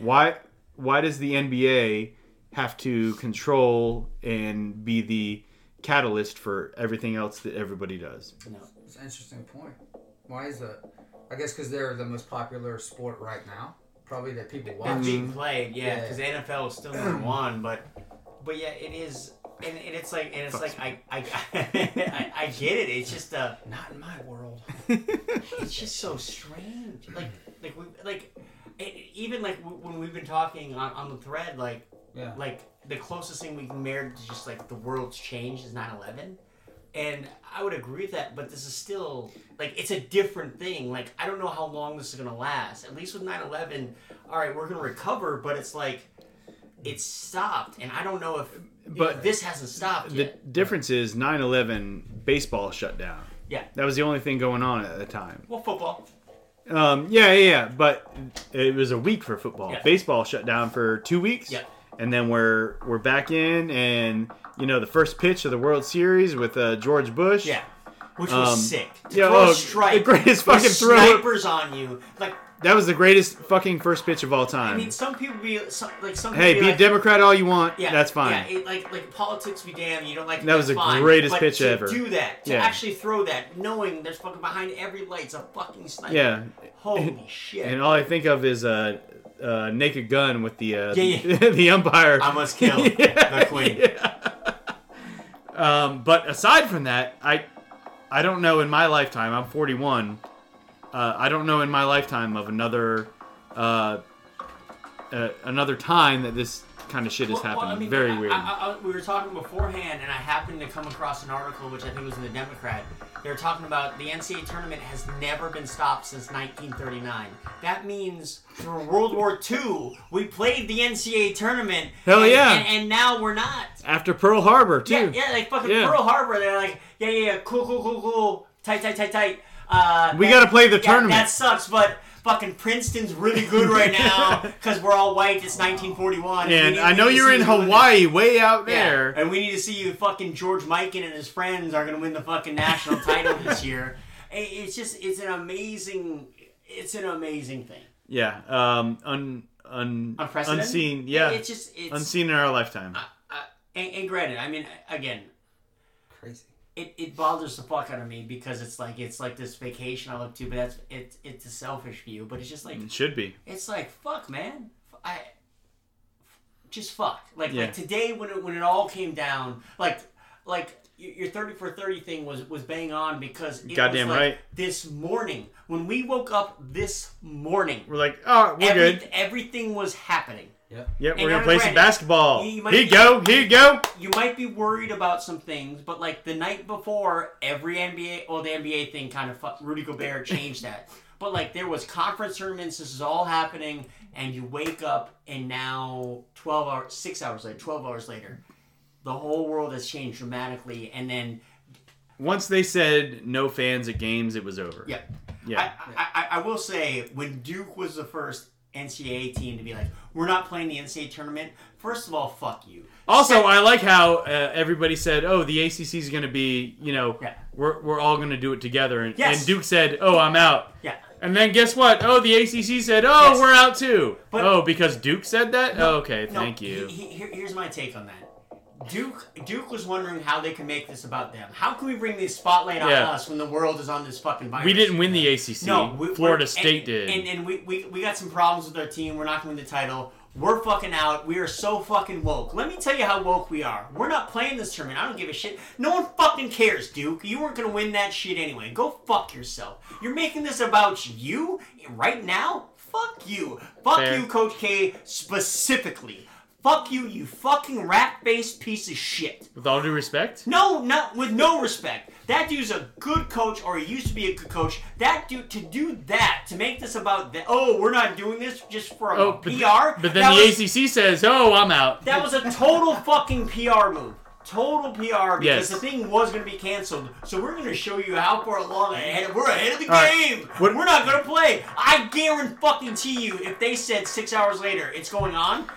Why why does the NBA have to control and be the catalyst for everything else that everybody does?
It's an interesting point. Why is that? I guess because they're the most popular sport right now. Probably that people
that's
watch.
being played, yeah,
Yeah.
because the NFL is still number one, but but yeah, it is. And, and it's like and it's like I I, I I get it. It's just uh
Not in my world.
it's just so strange. Like like we like it, even like w- when we've been talking on, on the thread like
Yeah.
like the closest thing we can mirror to just like the world's changed is 9-11 and i would agree with that but this is still like it's a different thing like i don't know how long this is going to last at least with 9-11 all right we're going to recover but it's like it stopped and i don't know if
But-
but this hasn't stopped
The
yet
difference is 9/11 baseball shut down.
yeah
That was the only thing going on at the time.
well football
Um, yeah, yeah, yeah, but it was a week for football.
Yeah.
Baseball shut down for two weeks,
Yeah.
and then we're we're back in, and you know the first pitch of the World Series with uh, George Bush.
yeah which was
Um,
sick to
yeah,
throw
oh,
a strike
the greatest
with
fucking throw.
snipers on you like
that was the greatest fucking first pitch of all
i
time.
mean some people be some, like some
hey,
people
be
like,
a Democrat all you want.
Yeah,
that's fine.
Yeah, it, like like politics be damned. You don't like it,
That was
that's
the
fine.
greatest
But
pitch
to
ever.
Do that to
Yeah.
actually throw that, knowing there's fucking behind every light's a fucking sniper.
Yeah.
Holy shit.
and all I think of is uh, uh, Naked Gun with the uh,
Yeah, yeah.
the umpire.
I must kill the queen.
Um, but aside from that, I I don't know in my lifetime. I'm 41. Uh, I don't know in my lifetime of another uh, uh, another time that this kind of shit has
Well,
happened.
well, I mean,
Very
I-
weird.
I- I- we were talking beforehand, and I happened to come across an article which I think was in the Democrat. They were talking about the NCAA tournament has never been stopped since 1939. That means through World War II, we played the NCAA tournament.
Hell
and-
yeah.
And, and now we're not.
After Pearl Harbor too.
Yeah, yeah, like fucking
Yeah.
Pearl Harbor. They're like, yeah, yeah, yeah, cool, cool, cool, cool, tight, tight, tight, tight. Uh,
We
that-
gotta play the
yeah,
tournament.
That sucks, but fucking Princeton's really good right now because we're all white. It's 1941. we
And
need-
I
we
know
need to
you're
see
in
who wins it."
Hawaii, way out
Yeah,
there.
and we need to see you fucking George Mikan and his friends are gonna win the fucking national title this year. It- It's just it's an amazing it's an amazing thing.
Yeah. Um. Un. Un.
Unprecedented.
Unseen. Yeah.
It's just it's
unseen in our lifetime.
Uh, and, and granted, I mean, again,
Crazy.
it, it bothers the fuck out of me because it's like it's like this vacation I look to, but that's it's it's a selfish view. But it's just like
It should be.
it's like fuck, man. F- I just fuck. Like
Yeah.
like today when it when it all came down, like like y- your thirty for thirty thing was was bang on because it
Goddamn
was like
right.
This morning when we woke up this morning,
We're like, oh, we're
every-
good.
everything was happening.
Yep.
Yep,
and
we're gonna
now
play some
granted,
basketball.
you- you
Here
might-
you go. Here you go.
you might be worried about some things, but like the night before, every NBA, well, the NBA thing kind of fu- Rudy Gobert changed that. But like there was conference tournaments, this is all happening, and you wake up and now twelve hours, six hours later, twelve hours later, the whole world has changed dramatically, and then
Once they said no fans at games, it was over.
yeah,
Yeah.
I, I, I will say when Duke was the first NCAA team to be like, we're not playing the NCAA tournament. First of all, fuck you.
Also, I like how uh, everybody said, "Oh, the ACC is going to be, you know,
Yeah.
we're, we're all going to do it together." And,
Yes.
and Duke said, "Oh, I'm out."
Yeah.
And then guess what? Oh, the ACC said, "Oh,
Yes.
we're out too."
But-
oh, because Duke said that. oh, okay,
No,
thank you.
he- he- here- here's my take on that. Duke Duke was wondering how they can make this about them. How can we bring the spotlight on
Yeah.
us when the world is on this fucking virus?
we didn't win the ACC.
No, we,
Florida
we're-
State
and,
did.
and, and we, we we got some problems with our team. We're not going to win the title. We're fucking out. We are so fucking woke. Let me tell you how woke we are. We're not playing this tournament. I don't give a shit. No one fucking cares, Duke. You weren't going to win that shit anyway. Go fuck yourself. You're making this about you right now? Fuck you. Fuck
Fair.
you, Coach K, specifically. Fuck you, you fucking rat faced piece of shit.
With all due respect,
No, not with no respect. That dude's a good coach, or he used to be a good coach. That dude to do that to make this about that. Oh, we're not doing this just for a
Oh, but,
PR.
but
that
then the
was,
ACC says, "Oh, I'm out."
That was a total fucking PR move. Total PR because
Yes.
the thing was going to be canceled. So we're going to show you how far along ahead we're ahead of the
All right.
game.
What-
We're not going to play. I guarantee you, if they said six hours later it's going on.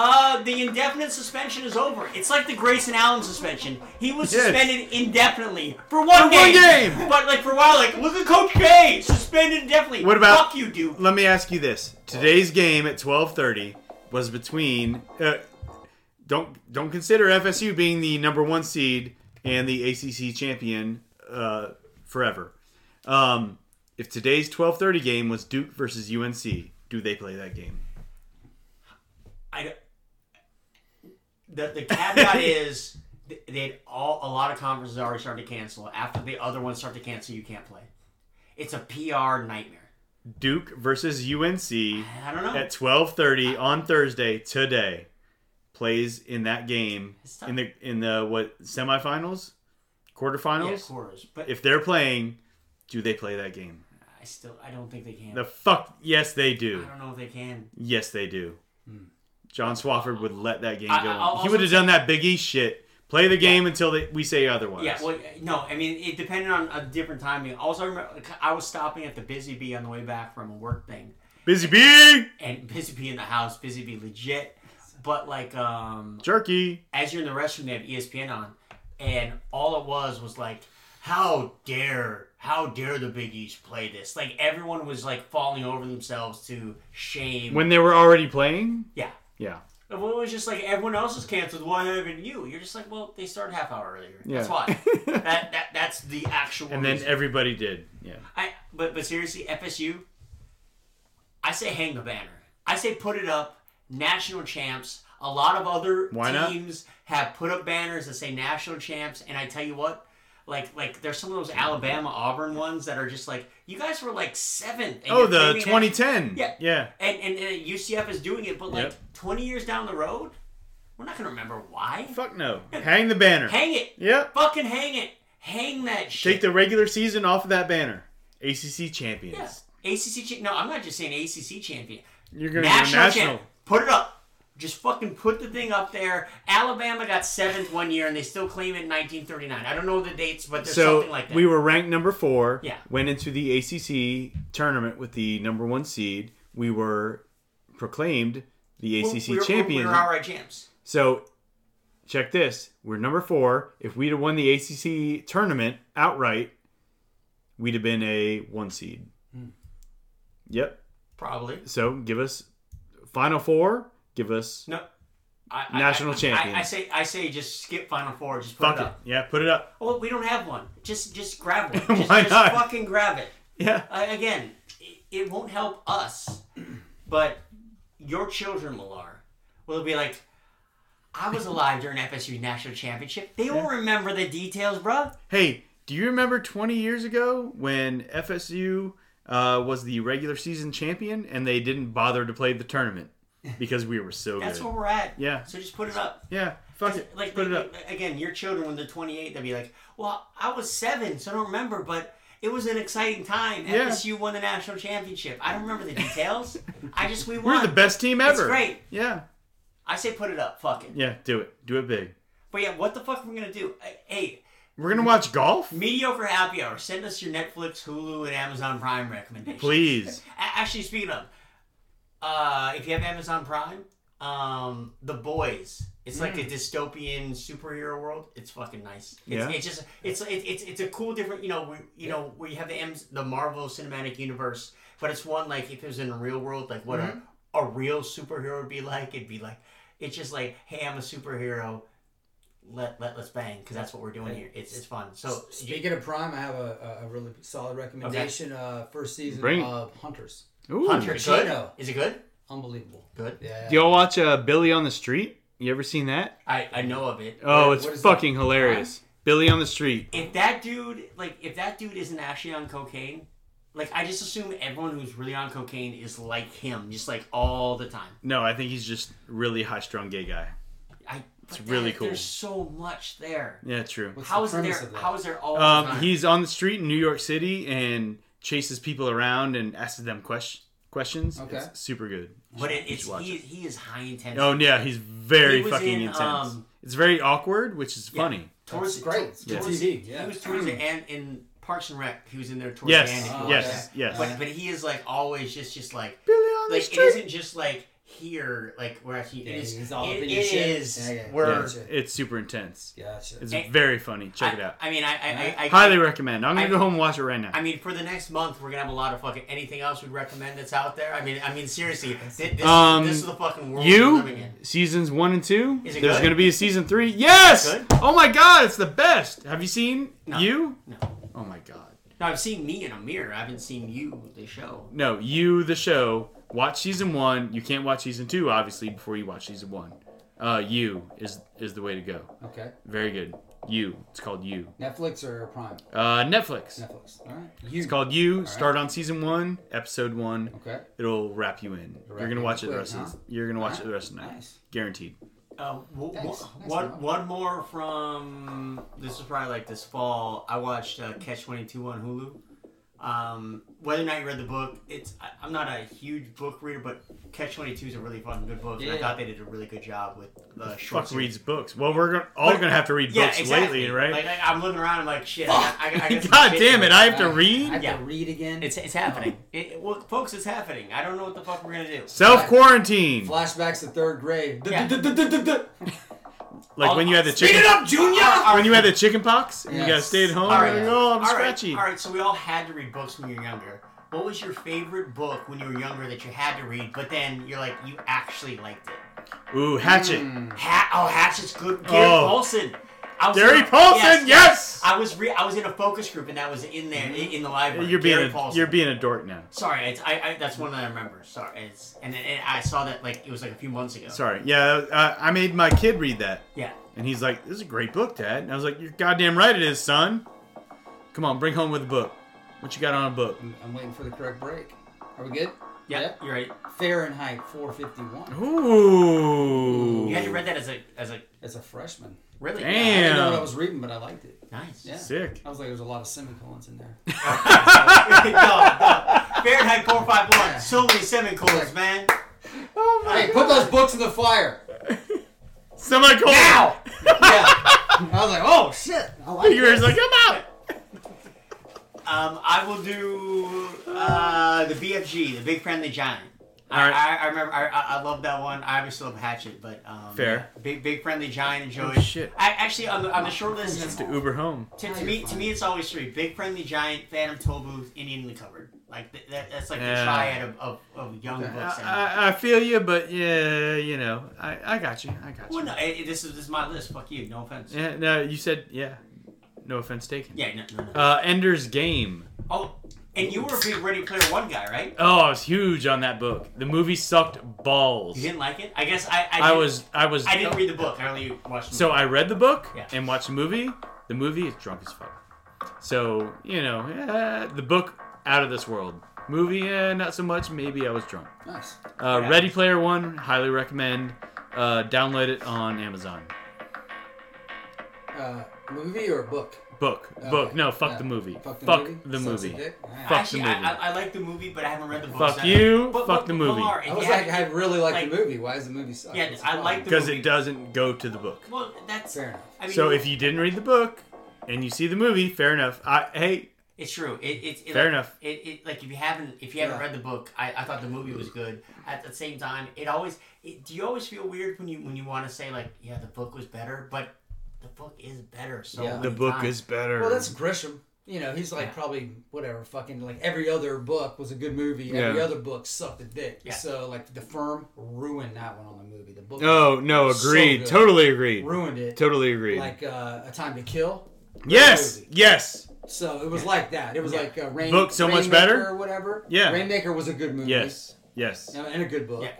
Uh, the indefinite suspension is over. It's like the Grayson Allen suspension. He was
Yes.
suspended indefinitely for one
one
game.
game.
But like for a while, like look at Coach K suspended indefinitely.
What about-
fuck you, dude?
Let me ask you this: Today's game at twelve thirty was between. Uh, don't don't consider FSU being the number one seed and the ACC champion uh, forever. Um, if today's twelve thirty game was Duke versus UNC, do they play that game?
I don't- the the caveat is th- that all a lot of conferences already started to cancel. After the other ones start to cancel, you can't play. It's a PR nightmare.
Duke versus UNC
I don't know.
at twelve thirty on Thursday today plays in that game
It's tough.
in the in the what semifinals,
yeah,
quarterfinals.
quarters, but
if they're playing, do they play that game?
I still I don't think they can.
The fuck? Yes, they do.
I don't know if they can.
Yes, they do. John Swafford would let that game
I-
go.
I'll
he
also
would have done that Big East shit. Play the game until they, we say otherwise.
Yeah, well, no, I mean it depended on a different timing. Also, I, remember, I was stopping at the Busy Bee on the way back from a work thing,
Busy bee,
and Busy Bee in the house, Busy Bee legit, but like um
jerky.
as you're in the restroom, they have E ESPN on, and all it was was like, how dare, how dare the Big East play this? Like everyone was like falling over themselves to shame.
When they were already playing.
yeah,
Yeah.
And well, it was just like everyone else is canceled. Why haven't you? You're just like, well, they started half hour earlier. That's
Yeah.
why. that, that that's the actual.
And then
reason.
everybody did. Yeah.
I but but seriously, FSU. I say hang the banner. I say put it up. National champs. A lot of other
Why not?
teams have put up banners that say national champs, and I tell you what, like like there's some of those Alabama Auburn ones that are just like you guys were like seventh. and
Oh,
you're
the
claiming that-
2010.
Yeah.
Yeah.
And, and and UCF is doing it, but like
Yep.
20 years down the road, we're not gonna remember why.
Fuck no. Hang the banner.
Hang it,
Yep.
fucking hang it, hang that shit.
Take the regular season off of that banner. ACC champions.
yeah. ACC. Cha- no, I'm not just saying ACC champion.
You're gonna
national,
national.
champ. Put it up. Just fucking put the thing up there. Alabama got seventh one year, and they still claim it in 1939. I don't know the dates, but there's
So
something like that.
we were ranked number four.
Yeah.
Went into the ACC tournament with the number one seed. We were proclaimed the
We- we
ACC
were- we were-
champions.
We were outright champs.
So check this. We're number four. If we'd have won the ACC tournament outright, we'd have been a one seed.
Hmm.
Yep.
Probably.
So give us final four. Give us
No. I, I-
National
I, I-
champions.
I, say, I say, just skip Final Four. Just put
fuck
it
it.
up.
Yeah, put it up.
Well, we don't have one. Just, just grab one. Just,
Why
just
not?
fucking grab it.
Yeah.
I, again, it, it won't help us, but your children, Millar, will be like, I was alive during FSU national championship. They won't remember the details, bruh.
Hey, do you remember 20 years ago when FSU uh, was the regular season champion and they didn't bother to play the tournament because we were so
That's
good?
where we're at.
Yeah.
So just put it up.
Yeah, fuck it.
Like,
put it up.
again, your children when they're 28, they'll be like, "Well, I was seven, so I don't remember, but it was an exciting time.
Yeah.
FSU won the national championship. I don't remember the details. I just we won.
We're the best team ever.
great.
Yeah.
I say put it up, fuck it.
Yeah, do it. Do it big.
But yeah, what the fuck are we gonna do? I- Hey,
We're gonna watch golf?
Mediocre Happy Hour. Send us your Netflix, Hulu, and Amazon Prime recommendations.
Please.
A- actually, speaking of, uh, if you have Amazon Prime, um, The Boys. It's like a dystopian superhero world. It's fucking nice. It's,
Mm. Yeah.
it's just it's it, it's it's a cool different you know we, you know where you have the M's, the Marvel Cinematic Universe, but it's one like if it was in the real world, like what
Mm-hmm.
a, a real superhero would be like. It'd be like it's just like hey, I'm a superhero. Let let us bang because that's what we're doing here. It's it's fun. So you-
Speaking of Prime, I have a, a- a really solid recommendation. Uh, first season
Bring it.
of Hunters.
Ooh.
Hunter,
Do
good?
Pacino.
Is it good?
Unbelievable.
Good.
Yeah.
y'all watch uh, Billy on the Street? You ever seen that?
I I know of it.
Oh,
What-
it's
what is
fucking hilarious. Billy on the Street.
if that dude like if that dude isn't actually on cocaine like i just assume everyone who's really on cocaine is like him just like all the time
No, I think he's just really high strung gay guy.
i it's
really cool.
there's so much there
Yeah, true.
What's
how
the
is there
premise of that?
how is there all the
Um,
time?
he's on the street in New York City and chases people around and asks them quest- questions.
Okay.
It's super good.
but it,
You
it's
should watch
he,
it.
he is high intensity
Oh yeah, he's very
He was
fucking
in,
intense.
um,
it's very awkward, which is funny.
towards
That's great.
towards,
It's good
towards-
TV, yeah.
he was towards the end in parks and rec he was in there towards
Yes,
the end if you
Oh,
watch
yes,
that.
yes.
but, but he is like always just just like
Billy on
like it isn't just like here like where he
Yeah,
it is
he's all up
it,
in your
it
shit.
is
Yeah, yeah.
where
Yeah.
It's super intense.
Gotcha.
It's
Hey.
very funny. Check it out.
I, I mean I I, I, I
Highly recommend. I'm gonna
I-
go home and watch it right now.
I mean, for the next month, we're gonna have a lot of fucking anything else we'd recommend that's out there. I mean, I mean, seriously, thi- this, this,
Um,
is the fucking world we're
you
living in.
seasons one and two.
Is it
There's
good?
gonna be a season three. Yes.
Good?
Oh my god, it's the best. Have you seen you?
No,
Oh my god.
no, I've seen me in a mirror. I haven't seen you, the show.
No, you the show. Watch season one. You can't watch season two obviously before you watch season one. Uh, you is is the way to go.
Okay.
Very good. You. It's called you.
Netflix or Prime?
Uh, Netflix.
Netflix. All right. You.
It's called you. Start on season one, episode one.
Okay.
It'll wrap you in.
wrap
You're
you
gonna
in
watch it the
quick,
rest of
huh?
the, You're gonna watch
Alright.
it the rest of the night.
Nice.
Guaranteed.
Uh, w- w-
Thanks. Thanks,
one,
Mel.
one more from this is probably like this fall. I watched uh, Catch Twenty Two on Hulu. Um, whether or not you read the book, it's I, I'm not a huge book reader, but Catch Twenty Two is a really fucking good book, and I
Yeah.
thought they did a really good job with the short.
Fuck
series.
reads books. Well, we're gonna, all gonna have to read
Yeah,
books
exactly.
lately, right?
Like, I, I'm looking around. I'm like, shit. I, got- I, got- I got some
God
shit
damn it!
here.
I have to
All right. I
read.
have
Yeah.
to read again.
It's, it's happening. It, it- well, folks, it's happening. I don't know what the fuck we're gonna do.
Self quarantine.
flashbacks to third grade.
Yeah.
Like when you had the
Speed
chicken.
it up, Junior.
When you had the chicken pox and you
Yes.
gotta stay at home.
All
you're
right.
like, oh, I'm
all right,
scratchy.
all right. So we all had to read books when you were younger. What was your favorite book when you were younger that you had to read, but then you're like you actually liked it?
Ooh, Hatchet.
Ha- oh, Hatchet's good. Gary
Oh.
Paulson. I was
Gary
in a-
Paulson, yes!
I was re- I was in a focus group and that was in there in, in the library.
You're
Gary
being a,
Paulson.
you're being a dork now.
Sorry, it's, I, I that's one that I remember. Sorry, it's and, and I saw that like it was like a few months ago.
Sorry. Yeah, uh, I made my kid read that,
Yeah.
and he's like, "This is a great book, Dad." And I was like, "You're goddamn right, it is, son. Come on, bring home with a book. What you got on a book?"
I'm waiting for the correct break. Are we good?
Yeah, you're right.
Fahrenheit 451.
Ooh.
You had to read that as a as a
As a freshman.
really
I
Damn.
didn't know what I was reading, but I liked it.
nice.
Yeah.
Sick.
I was like, there's a lot of semicolons in there.
no, no. Fahrenheit four five one. So many semicolons, man.
Oh
Hey, put those books in the fire.
Somebody called.
Ow! Yeah. I was like, oh shit. I like
You were
this.
just like, I'm out.
Um, I will do uh, the BFG, the Big Friendly Giant.
All right.
I, I, I remember. I, I I love that one. I obviously love Hatchet, but um,
Fair.
yeah, Big Big Friendly Giant and Joey.
Oh, shit.
I, actually, on the, on the short list,
It's to Uber home.
to, to me, to me, it's always three: Big Friendly Giant, Phantom Toll Booth, Indian in the Cupboard. Like th- that, that's like
Yeah.
the triad of, of, of young books. and-
I, I feel you, but yeah, you know, I, I got you. I got
well,
you.
no, eh, eh, this is this is my list. Fuck you. No offense. Yeah.
Yeah, no, you said yeah. No offense taken.
no, no, no.
Uh, Ender's Game.
oh, and you were a big Ready Player One guy, right?
Oh, I was huge on that book. The movie sucked balls.
You didn't like it? I guess I. I,
I
didn't-
was, I was.
I didn't read the book. I only watched. the
So I read the book
Yeah.
and watched the movie. The movie is drunk as fuck. So you know, eh, the book out of this world. Movie, eh, not so much. Maybe I was drunk.
Nice.
Uh,
Yeah.
Ready Player One, highly recommend. Uh, download it on Amazon.
Uh, movie or book?
Book,
Okay.
book. No, fuck
Yeah.
the movie.
Fuck the movie.
The
Sucks a
movie.
dick. All right.
Fuck
Actually,
the movie.
I, I, I like the movie, but I haven't read the book.
Fuck
so I-
you,
But-
fuck
but-
the
but
movie.
Lamar,
I was
yeah,
like, I really like,
like-
the movie. Why does the movie suck?
Yeah,
What's
I
wrong?
like the-
Because it doesn't go to the book.
Well, that's
Fair enough.
I mean,
So if you didn't read the book and you see the movie, fair enough. I hey,
it's true. It, it, it
Fair
like,
enough.
It, it like if you haven't if you haven't
Yeah.
read the book, I, I thought the movie was good. At the same time, it always it, do you always feel weird when you when you want to say like yeah the book was better, but the book is better. So
Yeah.
the
many
book
times.
is better.
Well, that's Grisham. You know, he's like
Yeah.
probably whatever. Fucking like every other book was a good movie. Every
Yeah.
other book sucked a dick.
Yeah.
So like the firm ruined that one on the movie. The book
oh no,
So
agreed.
good.
totally agreed.
ruined it.
Totally agreed.
Like uh, a time to kill.
yes,
movie.
yes.
So it was like that. It was
Yeah.
like uh, Rain.
Book so much
Rainmaker
better?
or whatever.
Yeah.
Rainmaker was a good movie.
Yes. Yes.
And and a good book.
Yeah.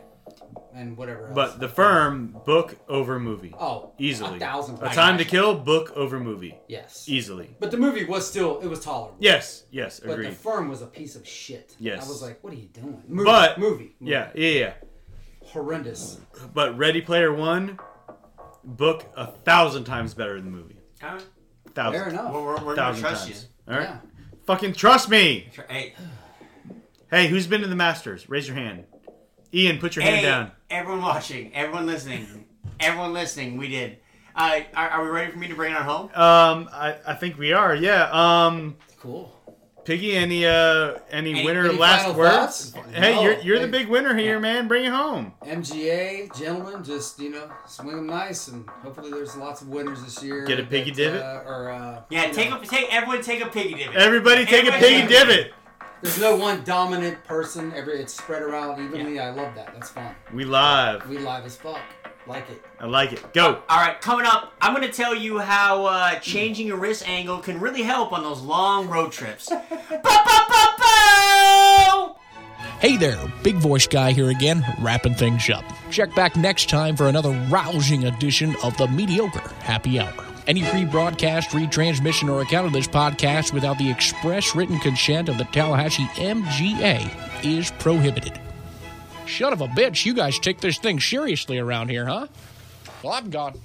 And whatever. Else.
But the firm book over movie.
oh,
easily.
a thousand.
A
percent.
time to kill book over movie.
Yes.
Easily.
But the movie was still it was tolerable.
Yes, yes,
But
agreed.
the firm was a piece of shit.
Yes.
I was like, what are you doing? Movie,
But-
movie, movie.
yeah, yeah,
horrendous.
yeah. But Ready Player One, book a thousand times better than the movie.
All right.
Thousand,
Fair enough.
We're, we're, we're gonna
thousand
trust
times.
you.
All right,
Yeah.
fucking trust me.
Tr- Hey,
Hey, who's been to the Masters? Raise your hand. Ian, put your hand
hey,
down.
everyone watching, everyone listening, everyone listening, we did. Uh, are, are we ready for me to bring it on home?
Um, I, I think we are. Yeah. Um,
Cool.
Piggy, any uh, any,
Any-
winner
any
last
final
words?
thoughts?
Hey,
No.
you're, you're the
Hey.
big winner here, man. Bring it home.
MGA, gentlemen, just you know, swing them nice, and hopefully there's lots of winners this year.
Get a piggy
that,
divot?
uh, or uh,
Yeah,
you
take
know,
a take. Everyone take a piggy divot.
Everybody, take a
Everybody-
piggy divot.
There's no one dominant person. Every it's spread around evenly. I love that. That's fun.
We live.
We live as fuck. Like it.
I like it. Go.
All right, coming up, I'm going to tell you how uh, changing your wrist angle can really help on those long road trips. Bow, bow, bow, bow!
Hey there, Big Voice Guy here again, wrapping things up. Check back next time for another rousing edition of the Mediocre Happy Hour. Any rebroadcast, retransmission, or account of this podcast without the express written consent of the Tallahassee MGA is prohibited. Son of a bitch, you guys take this thing seriously around here, huh? Well, I'm gone.